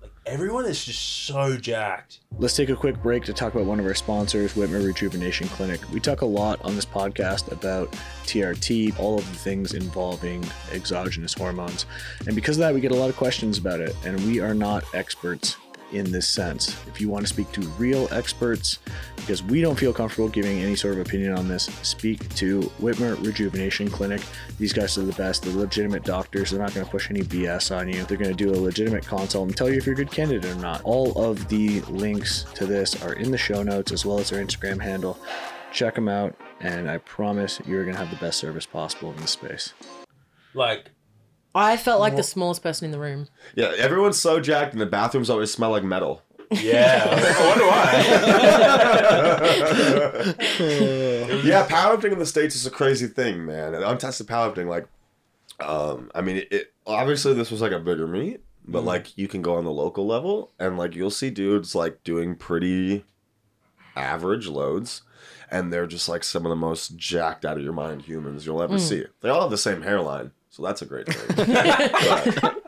D: Like everyone is just so jacked.
A: Let's take a quick break to talk about one of our sponsors, Whitmer Rejuvenation Clinic. We talk a lot on this podcast about TRT, all of the things involving exogenous hormones. And because of that, we get a lot of questions about it, and we are not experts in this sense. If you want to speak to real experts, because we don't feel comfortable giving any sort of opinion on this, speak to Whitmer Rejuvenation Clinic. These guys are the best. They're legitimate doctors. They're not going to push any BS on you. They're going to do a legitimate consult and tell you if you're a good candidate or not. All of the links to this are in the show notes as well as their Instagram handle. Check them out, and I promise you're going to have the best service possible in this space.
D: Like
E: I felt like the smallest person in the room.
C: Yeah, everyone's so jacked, and the bathrooms always smell like metal.
D: yeah, I wonder why.
C: Yeah, powerlifting in the states is a crazy thing, man. And untested powerlifting, like, um, I mean, it, it obviously this was like a bigger meet, but like you can go on the local level and like you'll see dudes like doing pretty average loads, and they're just like some of the most jacked out of your mind humans you'll ever see. They all have the same hairline, so that's a great thing. But,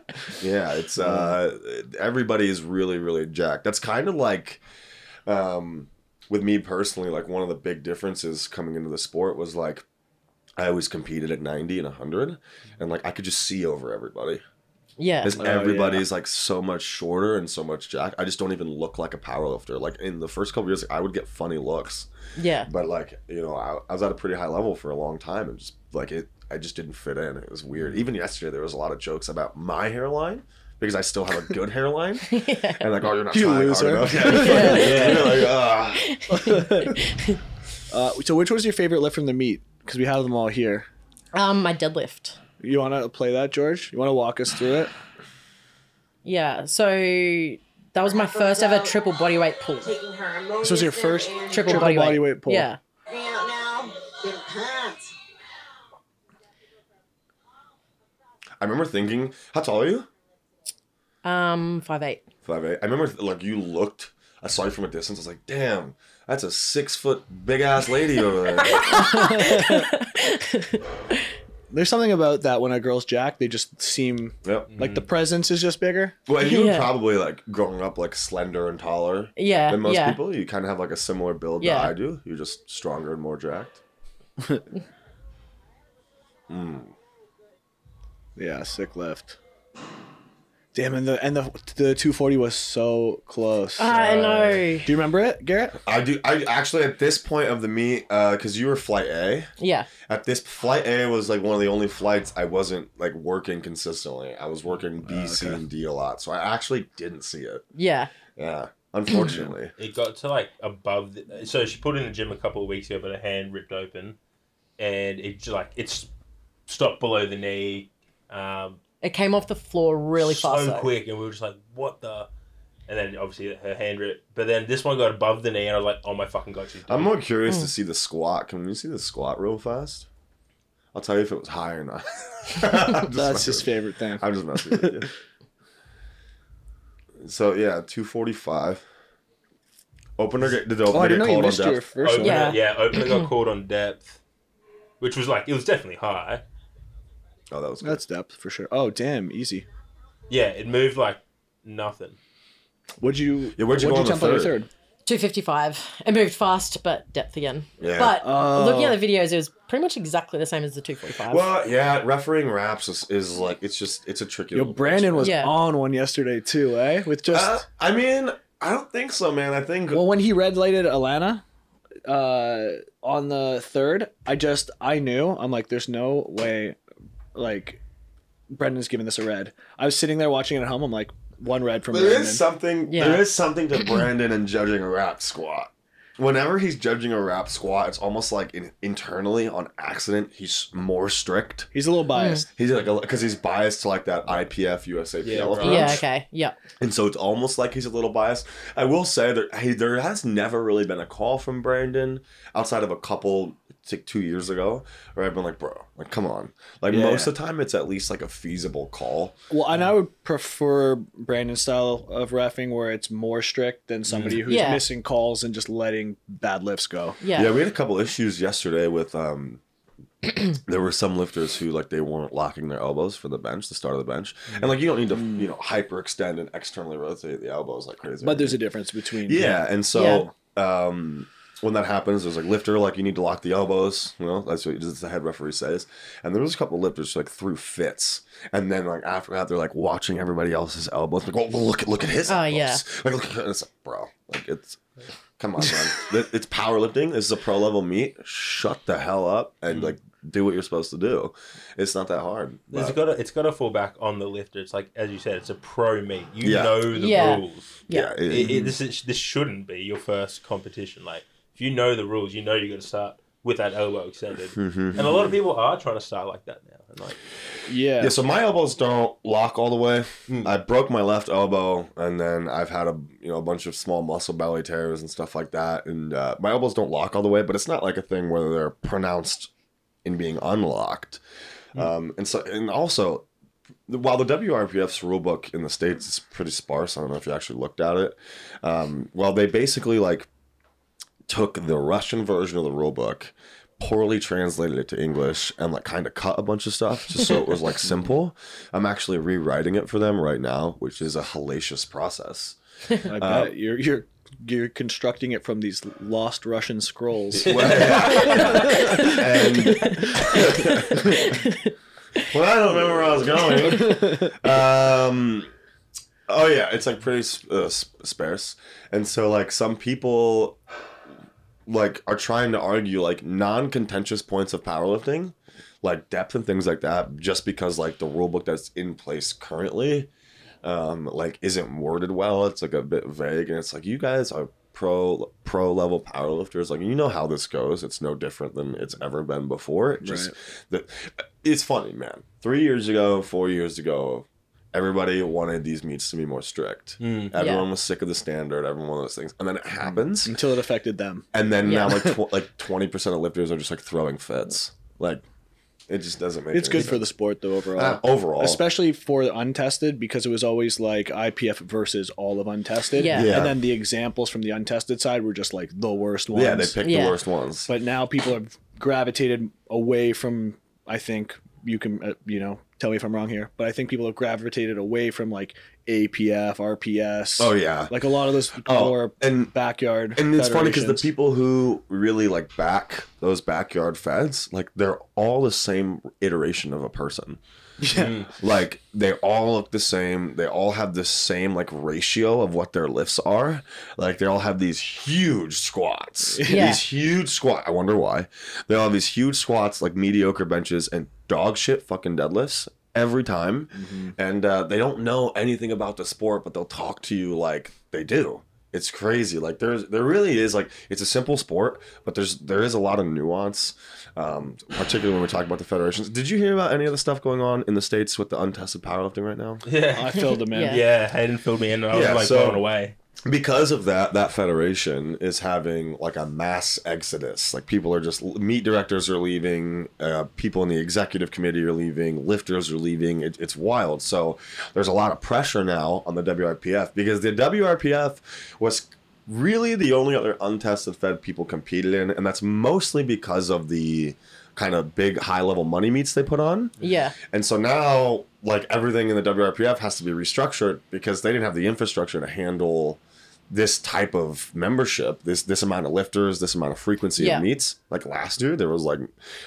C: yeah, it's uh, everybody is really really jacked. That's kind of like, um, with me personally, like one of the big differences coming into the sport was like I always competed at 90 and 100 and like I could just see over everybody.
E: Yeah.
C: Cuz
A: Oh, yeah.
C: everybody's like so much shorter and so much jack. I just don't even look like a powerlifter. Like in the first couple years I would get funny looks,
E: Yeah.
C: but like, you know, I, I was at a pretty high level for a long time and just like it I just didn't fit in. It was weird. Even yesterday there was a lot of jokes about my hairline because I still have a good hairline. And like, oh, you're not
A: You
C: trying
A: loser.
C: hard enough. Yeah. You're like, ah.
A: Uh, so, which was your favorite lift from the meet? Because we have them all here.
E: Um, my deadlift.
A: You want to play that, George? You want to walk us through it?
E: Yeah. So that was my first ever triple bodyweight pull.
F: taking her emotions.
A: This was your first
F: and
E: Triple,
A: Triple
E: bodyweight.
A: bodyweight pull.
E: Yeah.
F: Now, now, get pumped.
C: I remember thinking, how tall are you?
E: Um, five eight.
C: Five eight. I remember like you looked. I saw you from a distance. I was like, damn, that's a six foot big ass lady over there.
A: There's something about that when a girl's jacked, they just seem
C: yep.
A: like the presence is just bigger.
C: Well, and you were
E: Yeah.
C: probably like growing up like slender and taller
E: Yeah.
C: than most
E: yeah.
C: people. You kind of have like a similar build
E: Yeah.
C: that I do. You're just stronger and more jacked.
A: Yeah, sick lift. Damn, and the and the the 240 was so close.
E: I know.
A: Do you remember it, Garrett?
C: I do. I actually at this point of the meet, because you were flight A.
E: Yeah.
C: At this flight A was like one of the only flights I wasn't like working consistently. I was working B, C, and D a lot, so I actually didn't see it.
E: Yeah.
C: Yeah, unfortunately.
D: It got to like above. The, so she put in the gym a couple of weeks ago, but her hand ripped open, and it just like it's stopped below the knee. Um,
E: It came off the floor really
D: so
E: fast. though.
D: quick, and we were just like, "What the." And then obviously her hand ripped, but then this one got above the knee, and I was like, "Oh my fucking god, she's
C: I'm
D: doing
C: more curious to see the squat. Can we see the squat real fast? I'll tell you if it was high or not. I'm just
A: That's
C: messing
A: his
C: with-
A: favorite thing.
C: I'm just messing with you. So yeah, two forty five. Opener get, did the
A: Oh, I
C: opener
A: didn't know
C: get
A: you
C: called on
A: missed your
C: depth?
A: first
D: Opener,
A: one.
E: Yeah.
D: yeah, opener got called on depth. which was like it was definitely high.
C: Oh, that was good.
A: That's depth for sure. Oh, damn, easy.
D: Yeah, it moved like nothing.
A: What'd you?
C: Yeah, where'd you go on the
A: temp on your
C: third?
E: 255. It moved fast, but depth again.
C: Yeah.
E: But
A: Oh.
E: looking at the videos, it was pretty much exactly the same as the 245.
C: Well, yeah, refereeing raps is, is like it's just it's a tricky.
A: Yo,
C: little
A: Brandon was
E: Yeah.
A: on one yesterday too, eh? With just
C: Uh, I mean, I don't think so, man. I think
A: well, when he red lighted Alana uh, on the third, I just I knew I'm like, there's no way, like, Brendan's giving this a red. I was sitting there watching it at home. I'm like, one red from
C: there
A: Brendan.
C: is something.
E: Yeah.
C: There is something to Brandon and judging a rap squat. Whenever he's judging a rap squat, it's almost like in, internally on accident he's more strict.
A: He's a little biased.
C: He's like because he's biased to like that IPF USAPL
D: Yeah, right.
C: approach.
E: yeah, okay. Yep.
C: And so it's almost like he's a little biased. I will say that hey, there has never really been a call from Brandon outside of a couple, it's like two years ago, where I've been like, bro, like, come on. Like,
A: Yeah.
C: most of the time, it's at least like a feasible call.
A: Well, and I would prefer Brandon's style of refing where it's more strict than somebody
C: Mm-hmm.
A: who's
E: Yeah.
A: missing calls and just letting bad lifts go.
E: Yeah.
C: Yeah, we had a couple issues yesterday with, um, there were some lifters who like they weren't locking their elbows for the bench, the start of the bench, and like you don't need to you know hyperextend and externally rotate the elbows like crazy.
A: But there's a difference between
C: Yeah, and so um, when that happens, there's like lifter, like you need to lock the elbows. You know, that's what that's the head referee says. And there was a couple lifters who, like threw fits, and then like after that, they're like watching everybody else's elbows. Like, oh, well, look at look at his.
E: Oh,
C: elbows.
E: yeah.
C: Like, look at, it's like, bro, like it's. Come on, man. Th- it's powerlifting. This is a pro level meet. Shut the hell up
E: Mm.
C: and like do what you're supposed to do. It's not that hard.
D: It's
C: But-
D: got to it's got to fall back on the lifter. It's like as you said, it's a pro meet. You
C: Yeah.
D: know the
E: Yeah.
D: rules.
E: Yeah.
C: it-
D: It, it, this is, this shouldn't be your first competition. Like if you know the rules, you know you're going to start with that elbow extended.
C: Mm-hmm.
D: And a lot of people are trying to start like that now. And like
A: Yeah.
C: Yeah, so my elbows don't lock all the way. I broke my left elbow, and then I've had a you know a bunch of small muscle belly tears and stuff like that. And uh, my elbows don't lock all the way, but it's not like a thing where they're pronounced in being unlocked. Um, and so, and also, while the WRPF's rule book in the states is pretty sparse, I don't know if you actually looked at it. Um, well, they basically like took the Russian version of the rule book, poorly translated it to English, and like kind of cut a bunch of stuff just so it was like simple. I'm actually rewriting it for them right now, which is a hellacious process. Uh,
A: I bet you're you're you're constructing it from these lost Russian scrolls.
C: And well, I don't remember where I was going. Um, oh yeah, it's like pretty s- uh, s- sparse, and so like some people like are trying to argue like non-contentious points of powerlifting, like depth and things like that, just because like the rule book that's in place currently, um, like isn't worded well. It's like a bit vague, and it's like you guys are pro pro level powerlifters. Like you know how this goes. It's no different than it's ever been before. It just that it's funny, man. Three years ago, four years ago, everybody wanted these meets to be more strict.
E: Hmm.
C: Everyone was sick of the standard. Everyone one of those things, and then it happens,
A: until it affected them.
C: and then
E: Yeah.
C: now like tw- like twenty percent of lifters are just like throwing fits. Like it just doesn't make.
A: It's
C: any
A: good for the sport though overall.
C: sense. Uh, overall,
A: Especially for the untested, because it was always like IPF versus all of untested.
E: Yeah.
C: Yeah.
A: And then the examples from the untested side were just like the worst ones.
C: yeah, they pick
E: Yeah.
C: the worst ones.
A: But now people have gravitated away from, I think, you can, uh, you know, tell me if I'm wrong here, but I think people have gravitated away from like APF, RPS.
C: oh yeah,
A: Like a lot of those
C: Oh,
A: more
C: and-
A: backyard.
C: And it's funny because the
A: federations.
C: people who really like back those backyard feds, like they're all the same iteration of a person. Like they all look the same. They all have the same like ratio of what their lifts are. Like they all have these huge squats.
E: Yeah.
C: These huge squat. I wonder why. They all have these huge squats, like mediocre benches and dog shit fucking deadlifts every time. And uh, they don't know anything about the sport, but they'll talk to you like they do. It's crazy. Like there's there really is like it's a simple sport, but there's there is a lot of nuance, um, particularly when we talk about the federations. Did you hear about any of the stuff going on in the states with the untested powerlifting right now?
D: yeah,
A: I filled them in.
E: Yeah.
D: yeah, Hayden filled me in, and I was
C: Yeah,
D: like
C: so-
D: blown away.
C: because of that that federation is having like a mass exodus like people are just meat directors are leaving uh, people in the executive committee are leaving lifters are leaving it, it's wild so there's a lot of pressure now on the wrpf because the wrpf was really the only other untested fed people competed in and that's mostly because of the kind of big high level money meets they put on.
E: Yeah.
C: And so now, like everything in the WRPF has to be restructured because they didn't have the infrastructure to handle this type of membership, this this amount of lifters, this amount of frequency
E: Yeah.
C: of meets. Like last year, there was like,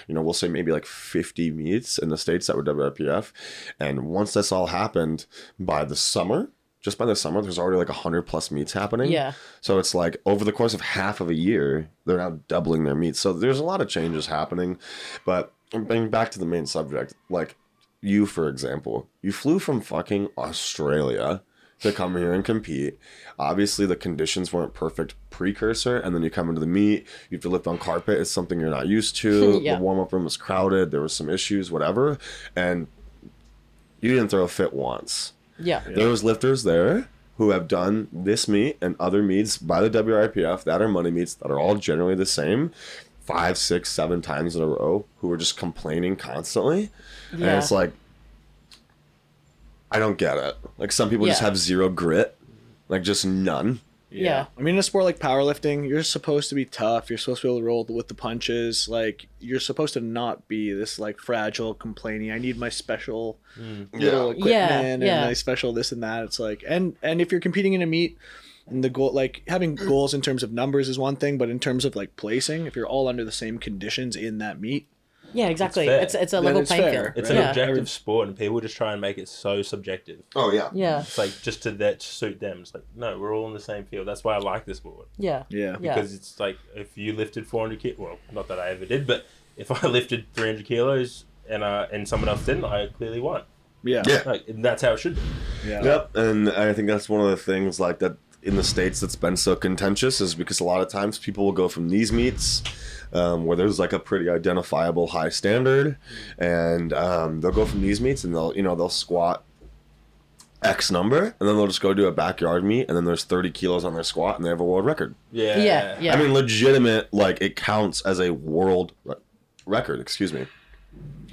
C: you know, we'll say maybe like 50 meets in the states that were WRPF. And once this all happened by the summer, just by the summer, there's already like 100 plus meets happening.
E: Yeah.
C: So it's like over the course of half of a year, they're now doubling their meats. So there's a lot of changes happening. But being back to the main subject, like you, for example, you flew from fucking Australia to come here and compete. Obviously, the conditions weren't perfect precursor, and then you come into the meet, you have to lift on carpet. It's something you're not used to.
E: Yeah.
C: The warm up room was crowded, there were some issues, whatever. And you didn't throw a fit once.
E: Yeah.
C: There was lifters there who have done this meet and other meets by the WRPF that are money meets that are all generally the same five, six, seven times in a row who were just complaining constantly. And
E: Yeah.
C: it's like, I don't get it. Like some people just
E: Yeah.
C: have zero grit, like just none.
E: Yeah.
A: I mean, in a sport like powerlifting, you're supposed to be tough. You're supposed to be able to roll with the punches. Like, you're supposed to not be this, like, fragile, complaining, I need my special little equipment
E: Yeah,
A: and
E: yeah.
A: my special this and that. It's like, and and if you're competing in a meet, and the goal, like, having goals in terms of numbers is one thing, but in terms of, like, placing, if you're all under the same conditions in that meet,
E: Yeah, exactly.
D: fair.
E: It's it's a
A: Then
E: level
A: it's
E: playing
A: fair,
E: field.
A: right?
D: It's
E: yeah.
D: an objective sport, and people just try and make it so subjective.
C: Oh, yeah.
E: Yeah.
D: It's like just to that to suit them. It's like no, we're all in the same field. That's why I like this sport
E: Yeah.
A: yeah.
E: Yeah.
D: because it's like if you lifted 400 kilos, well, not that I ever did, but if I lifted 300 kilos and uh, and someone else didn't, I clearly won.
A: Yeah.
C: Yeah.
D: Like and that's how it should. be.
A: Yeah.
C: Yep, and I think that's one of the things like that in the states that's been so contentious is because a lot of times people will go from these meets um, where there's like a pretty identifiable high standard, and um, they'll go from these meets and they'll you know they'll squat X number, and then they'll just go do a backyard meet, and then there's 30 kilos on their squat, and they have a world record.
D: Yeah.
E: Yeah. Yeah.
C: I mean, legitimate, like it counts as a world re- record. Excuse me.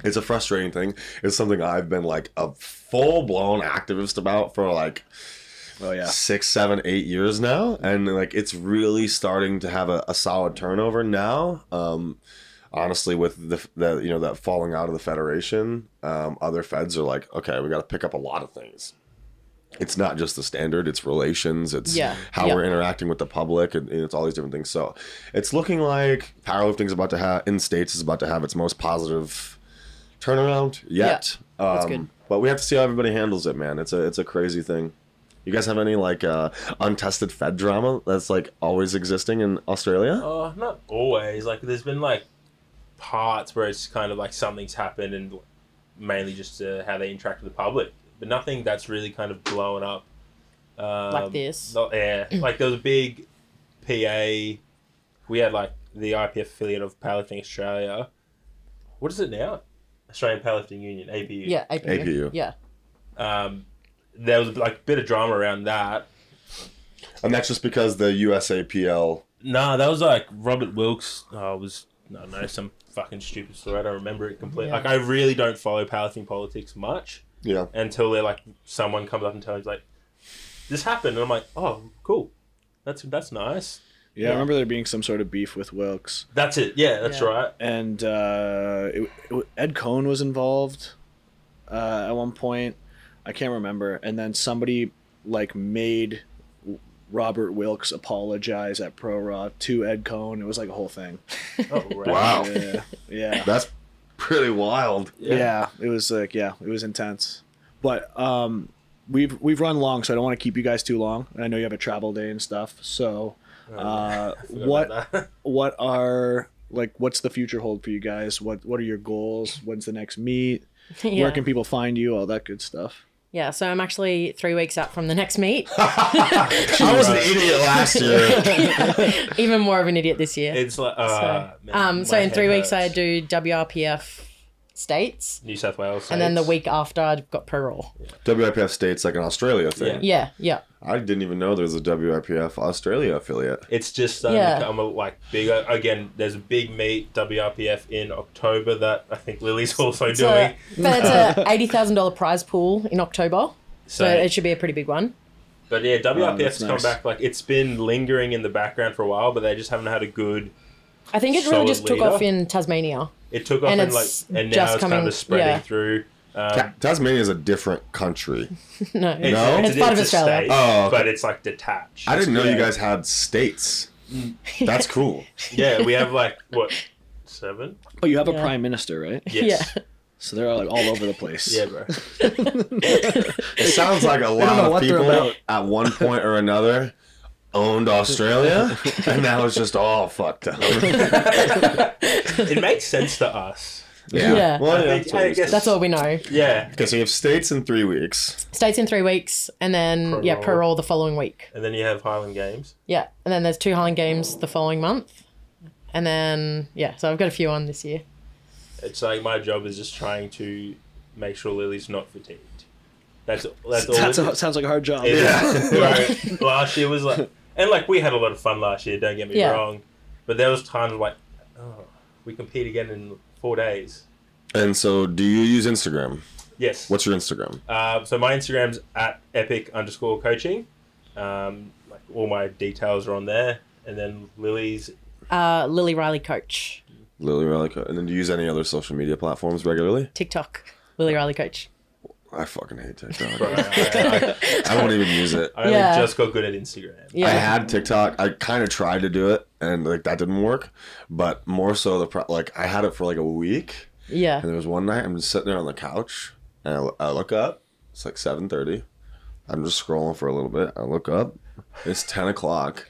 C: It's a frustrating thing. It's something I've been like a full blown activist about for like
A: Oh yeah.
C: six, seven, eight years now, and like it's really starting to have a, a solid turnover now. Um, honestly, with the, the you know that falling out of the federation, um, other feds are like, okay, we got to pick up a lot of things. It's not just the standard; it's relations, it's
E: Yeah,
C: how
E: yeah.
C: we're interacting with the public, and, and it's all these different things. So, it's looking like powerlifting's about to have in states is about to have its most positive turnaround yet.
E: that's
C: um,
E: good.
C: But we have to see how everybody handles it, man. It's a it's a crazy thing. You guys have any like uh, untested Fed drama that's like always existing in Australia?
D: Oh, not always. Like there's been like parts where it's kind of like something's happened, and mainly just uh, how they interact with the public, but nothing that's really kind of blown up. Um,
E: Like this?
D: Not, yeah. like there was a big PA. We had like the IPF affiliate of Powerlifting Australia. What is it now? Australian Powerlifting Union APU.
E: yeah. APU.
C: APU.
E: Yeah.
D: Um, there was like a bit of drama around that.
C: And that's just because the USAPL.
D: Nah, that was like Robert Wilkes. Oh, it was I don't know some fucking stupid story. I don't remember it completely.
E: Yeah.
D: Like I really don't follow powerlifting politics much
C: Yeah.
D: until they're like someone comes up and tells like this happened, and I'm like, oh, cool. That's that's nice.
A: Yeah. I remember there being some sort of beef with Wilkes.
D: That's it. Yeah, that's
E: Yeah.
D: right.
A: and uh, it, it- Ed Cohn was involved uh, at one point. I can't remember. And then somebody like made W- Robert Wilkes apologize at Pro Raw to Ed Cohn. It was like a whole thing.
D: Oh, right.
C: Wow.
A: Yeah, yeah,
C: That's pretty wild.
A: yeah. It was like yeah, it was intense. But um, we've we've run long, so I don't want to keep you guys too long. And I know you have a travel day and stuff. So uh,
D: Oh, Forgot
A: what
D: about that.
A: what are like what's the future hold for you guys what what are your goals when's the next meet
E: Yeah.
A: where can people find you all that good stuff
E: yeah. So I'm actually three weeks out from the next meet.
C: I was an idiot last year.
E: Even more of an idiot this year.
D: It's like uh, man,
E: um. So
D: my
E: in three
D: head
E: weeks I
D: hurts.
E: do WRPF states,
D: New South Wales,
E: and then the
D: states.
E: week after I've got pro roll.
C: WIPF states like an Australia thing.
E: Yeah. Yeah.
C: I didn't even know there was a WIPF Australia affiliate.
D: It's just starting
E: Yeah.
D: to become a, like bigger. Again, there's a big meet WRPF in October that I think Lily's also
E: So,
D: doing.
E: but it's a eighty thousand dollar prize pool in October, so
D: So-
E: it should be a pretty big one.
D: But yeah, WRPF's
A: that's
D: come
A: nice.
D: back. Like it's been lingering in the background for a while, but they just haven't had a good.
E: I think it really
D: Solid
E: just took
D: leader.
E: off in Tasmania.
D: It took off
E: And
D: and,
E: it's
D: like, and now
E: just
D: it's
E: coming-
D: kind of spreading
E: yeah.
D: through. Um,
C: Ta- Tasmania is a different country.
E: no,
C: No?
E: it's part of
D: a
E: Australia.
D: state,
C: Oh, okay.
D: but it's like detached.
C: I didn't know
D: Yeah.
C: you guys had states. That's cool.
D: Yeah, we have like what seven?
A: But Oh, you have a
E: Yeah.
A: prime minister, right?
D: Yes.
E: Yeah.
A: So they're like all over the place.
D: Yeah, bro.
C: It sounds like a lot
A: know
C: of
A: what they're
C: people
A: about.
C: at one point or another owned Australia, and now it's just all fucked up. yeah.
D: It makes sense to us.
E: Yeah.
C: Well,
D: I
C: yeah, that's
D: think-
C: what
D: I
C: it is.
D: guess-
E: That's all we know.
D: Yeah,
C: Okay, so you have states in three weeks.
E: States in three weeks, and then yeah,
D: Parole.
E: parole the following week.
D: and then you have Highland Games.
E: Yeah, and then there's two Highland Games the following month, and then yeah. So I've got a few on this year.
D: It's like my job is just trying to make sure Lily's not fatigued. That's that's all.
A: That's
D: it
A: a,
D: is.
A: sounds like a hard job.
D: It is.
C: Yeah.
D: Bro, last year was like, and like we had a lot of fun last year. Don't get me
E: Yeah.
D: wrong, but there was times like, oh, we compete again in four days.
C: And so, do you use Instagram?
D: Yes.
C: What's your Instagram?
D: Uh, so my Instagram's at epic underscore coaching. Um, like all my details are on there, and then Lily's
E: Uh, Lily Riley Coach
C: Lily Relica. And then, do you use any other social media platforms regularly?
E: TikTok. Lily Riley Coach.
C: I fucking hate
D: Bro,
C: TikTok.
D: I,
C: I won't even use it.
D: I only
E: Yeah.
D: just got good at Instagram.
E: Yeah.
C: I had TikTok. I kind of tried to do it, and like that didn't work. But more so, the pro- like I had it for like a week,
E: yeah.
C: and there was one night I'm just sitting there on the couch, and I, lo- I look up. It's like seven thirty. I'm just scrolling for a little bit. I look up. It's ten o'clock.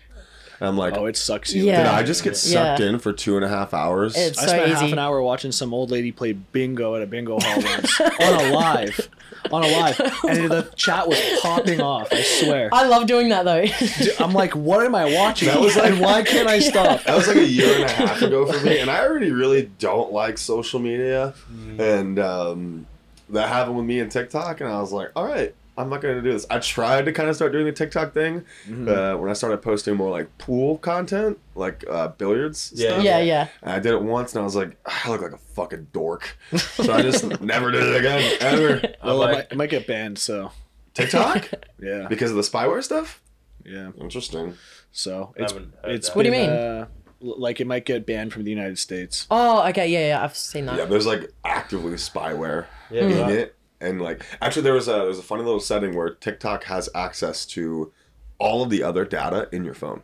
C: And I'm like,
A: Oh, it sucks you.
E: Yeah.
C: did I just get sucked in for two and a half hours?
E: It's
A: I
E: so
A: spent
E: easy.
A: half an hour watching some old lady play bingo at a bingo hall once on a live. On a live. And the chat was popping off, I swear.
E: I love doing that though.
A: Dude, I'm like, what am I watching?
C: That was like-
A: And why can't I stop?
C: That was like a year and a half ago for me, and I already really don't like social media.
D: Mm.
C: And um, that happened with me and TikTok, and I was like, all right, I'm not going to do this. I tried to kind of start doing the TikTok thing
D: Mm-hmm.
C: uh, when I started posting more like pool content, like uh, billiards.
D: Yeah.
C: stuff.
E: yeah, yeah.
C: And I did it once, and I was like, "Ah, I look like a fucking dork. So I just never did it again, ever. Um,
A: Well, I,
D: like-
A: might, I might get banned, so
C: TikTok?
A: yeah.
C: Because of the spyware stuff?
A: Yeah.
C: Interesting.
A: So it's,
D: haven't heard
A: it's
D: that.
E: What do you
A: been,
E: mean?
A: Uh, l- like it might get banned from the United States.
E: Oh, okay. Yeah, yeah. I've seen that.
C: Yeah, there's like actively spyware.
D: Yeah,
C: in
E: Mm-hmm.
D: right.
C: it. And like, actually, there was a there was a funny little setting where TikTok has access to all of the other data in your phone.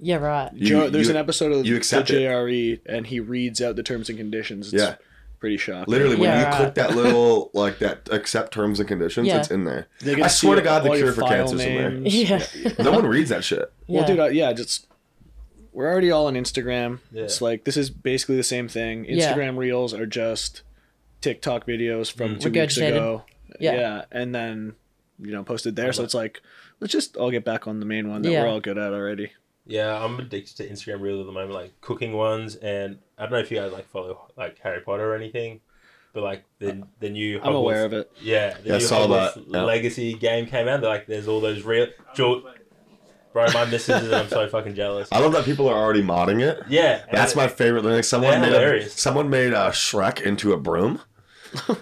E: Yeah, right.
C: You-
A: Joe, there's
C: you-
A: an episode of
C: you
A: the
C: accept it.
A: JRE, and he reads out the terms and conditions. It's
C: Yeah.
A: pretty shocking.
C: Literally, when
E: Yeah.
C: you click that little like that accept terms and conditions,
E: Yeah.
C: it's in there.
A: They can
C: I swear
A: see
C: to God, the
A: all your
C: cure for
A: file
C: cancer's in
A: names.
E: Yeah.
C: there. No one reads that shit.
A: Well,
E: Yeah.
A: dude, I, yeah, just we're already all on Instagram.
D: Yeah.
A: It's like this is basically the same thing.
E: Yeah.
A: Instagram Reels are just TikTok videos from two
E: Regurgitated.
A: weeks ago.
E: Yeah.
A: and then you know posted there, so it's like let's just all get back on the main one that
E: Yeah.
A: we're all good at already.
D: Yeah, I'm addicted to Instagram Reels at the moment, like cooking ones, and I don't know if you guys like follow like Harry Potter or anything, but like the the new
A: I'm aware of it.
D: Yeah, the
C: Yeah, I
D: new
C: saw
D: Hogwarts
C: that, yeah.
D: Legacy game came out. They're like, there's all those real. Jo- Bro, my missus is. I'm so fucking jealous.
C: I love that people are already modding it.
D: Yeah,
C: That's my favorite thing. Someone
D: Yeah,
C: made a,
D: hilarious.
C: someone made a Shrek into a broom.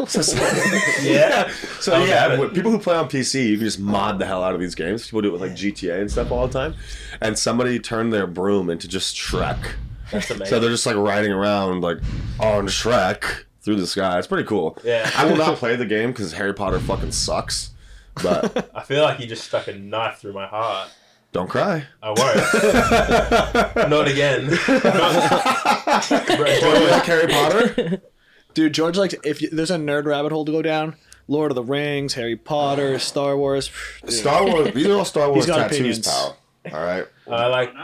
C: so, so-
D: Yeah.
C: So
D: Oh,
C: yeah,
D: yeah.
C: with people who play on PC, you can just mod the hell out of these games. People do it with like GTA and stuff all the time. And somebody turned their broom into just Shrek.
D: That's amazing.
C: So they're just like riding around like on Shrek through the sky. It's pretty cool.
D: Yeah.
C: I will not play the game because Harry Potter fucking sucks. But
D: I feel like you just stuck a knife through my heart.
C: don't cry.
D: I won't. Not again. Bro,
C: Do you like Harry Potter?
A: Dude, George likes if you, there's a nerd rabbit hole to go down. Lord of the Rings, Harry Potter, Star Wars. pff, dude.
C: Star Wars. These are all Star Wars
A: got
C: tattoos,
A: opinions.
C: pal. All right.
D: I like.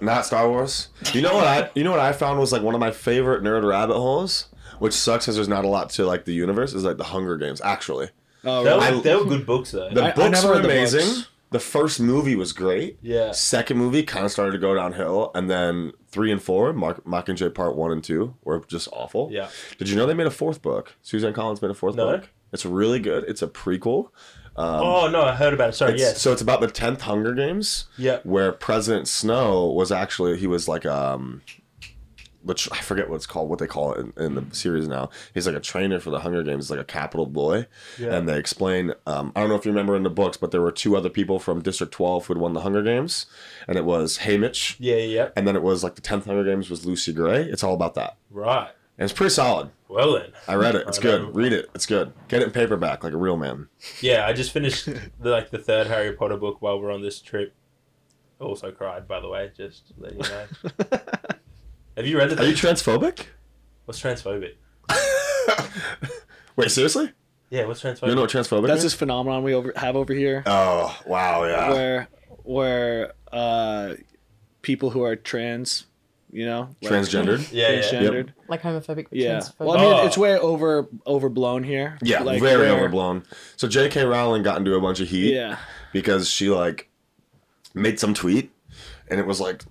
C: Not Star Wars. You know what I? You know what I found was like one of my favorite nerd rabbit holes, which sucks because there's not a lot to like the universe. Is like the Hunger Games. Actually,
A: Oh,
D: They
A: really?
D: were, they were good books though.
C: the
A: I- I
C: books
A: never
C: were
A: read the
C: amazing. The,
A: books.
C: first movie was great.
D: Yeah.
C: Second movie kind of started to go downhill, and then three and four, Mark, Mockingjay Part One and Two, were just awful.
D: Yeah.
C: Did you know they made a fourth book? Suzanne Collins made a fourth
D: No.
C: book. It's really good. It's a prequel.
D: oh no, I heard about it. Sorry.
C: It's-
D: Yes.
C: So it's about the tenth Hunger Games.
D: Yeah.
C: Where President Snow was actually he was like um, which I forget what it's called, what they call it in, in the series now. He's like a trainer for the Hunger Games, like a capital boy.
D: Yeah.
C: And they explain. Um, I don't know if you remember in the books, but there were two other people from District Twelve who had won the Hunger Games, and it was Haymitch,
D: Yeah. Yeah. yeah.
C: and then it was like the tenth Hunger Games was Lucy Gray. It's all about that.
D: Right.
C: And it's pretty solid.
D: Well then.
C: I read it. It's
D: I know.
C: good. Read it. It's good. Get it in paperback like a real man.
D: Yeah, I just finished the, like the third Harry Potter book while we're on this trip. Also cried, by the way. Just to let you know. Have you read it?
C: Are you transphobic?
D: what's transphobic?
C: Wait, seriously?
D: Yeah, what's transphobic?
C: You don't know what transphobic
A: That's
C: is?
A: this phenomenon we over, have over here,
C: Oh, wow, yeah.
A: where where uh, people who are trans, you know, like,
C: Transgendered?
D: yeah, yeah.
A: transgendered,
E: like homophobic. but
A: yeah.
E: transphobic.
A: Well, I mean,
D: Oh.
A: it's way over overblown here.
C: Yeah,
A: Like,
C: very
A: where-
C: overblown. So J.K. Rowling got into a bunch of heat
A: Yeah,
C: because she like made some tweet and it was like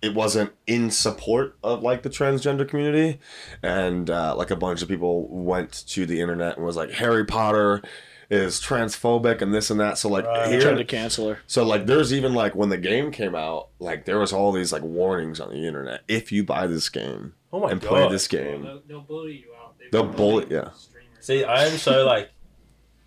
C: it wasn't in support of like the transgender community and uh, like a bunch of people went to the internet and was like Harry Potter is transphobic and this and that. So like
D: Right.
C: here,
A: trying to cancel her.
C: So like there's even like when the game came out, like there was all these like warnings on the internet. If you buy this game
D: Oh my
C: and
D: god.
C: play this game.
G: They'll, they'll bully you out. They've
C: They'll
G: been
C: bully-
G: bullying
C: yeah.
G: streamers.
D: See, I am so like,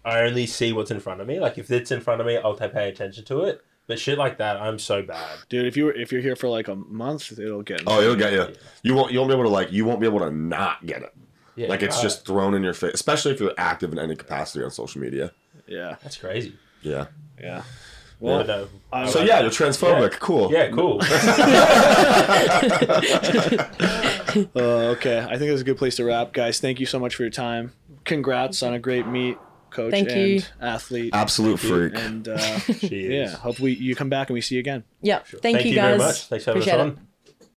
D: I only see what's in front of me. Like, if it's in front of me, I'll ta- pay attention to it. But shit like that, I'm so bad.
A: Dude, if you were, if you're here for like a month, it'll get.
C: Oh, it'll get you. You won't you won't be able to like you won't be able to not get it.
D: Yeah,
C: like it's
D: God,
C: just thrown in your face, especially if you're active in any capacity on social media.
A: Yeah,
D: that's crazy.
C: Yeah.
A: yeah.
D: I
A: Well,
D: know.
A: I-
C: So yeah, you're transphobic. Cool.
D: Yeah, cool.
A: Uh, okay, I think that's a good place to wrap, guys. Thank you so much for your time. Congrats on a great meet, coach
E: Thank
A: and
E: you.
A: athlete.
C: Absolute freak.
A: And uh,
D: She is.
A: yeah, hopefully you come back and we see you again.
E: yeah. Thank, you guys.
D: Thanks for having
E: Appreciate
D: us
E: it.
D: on.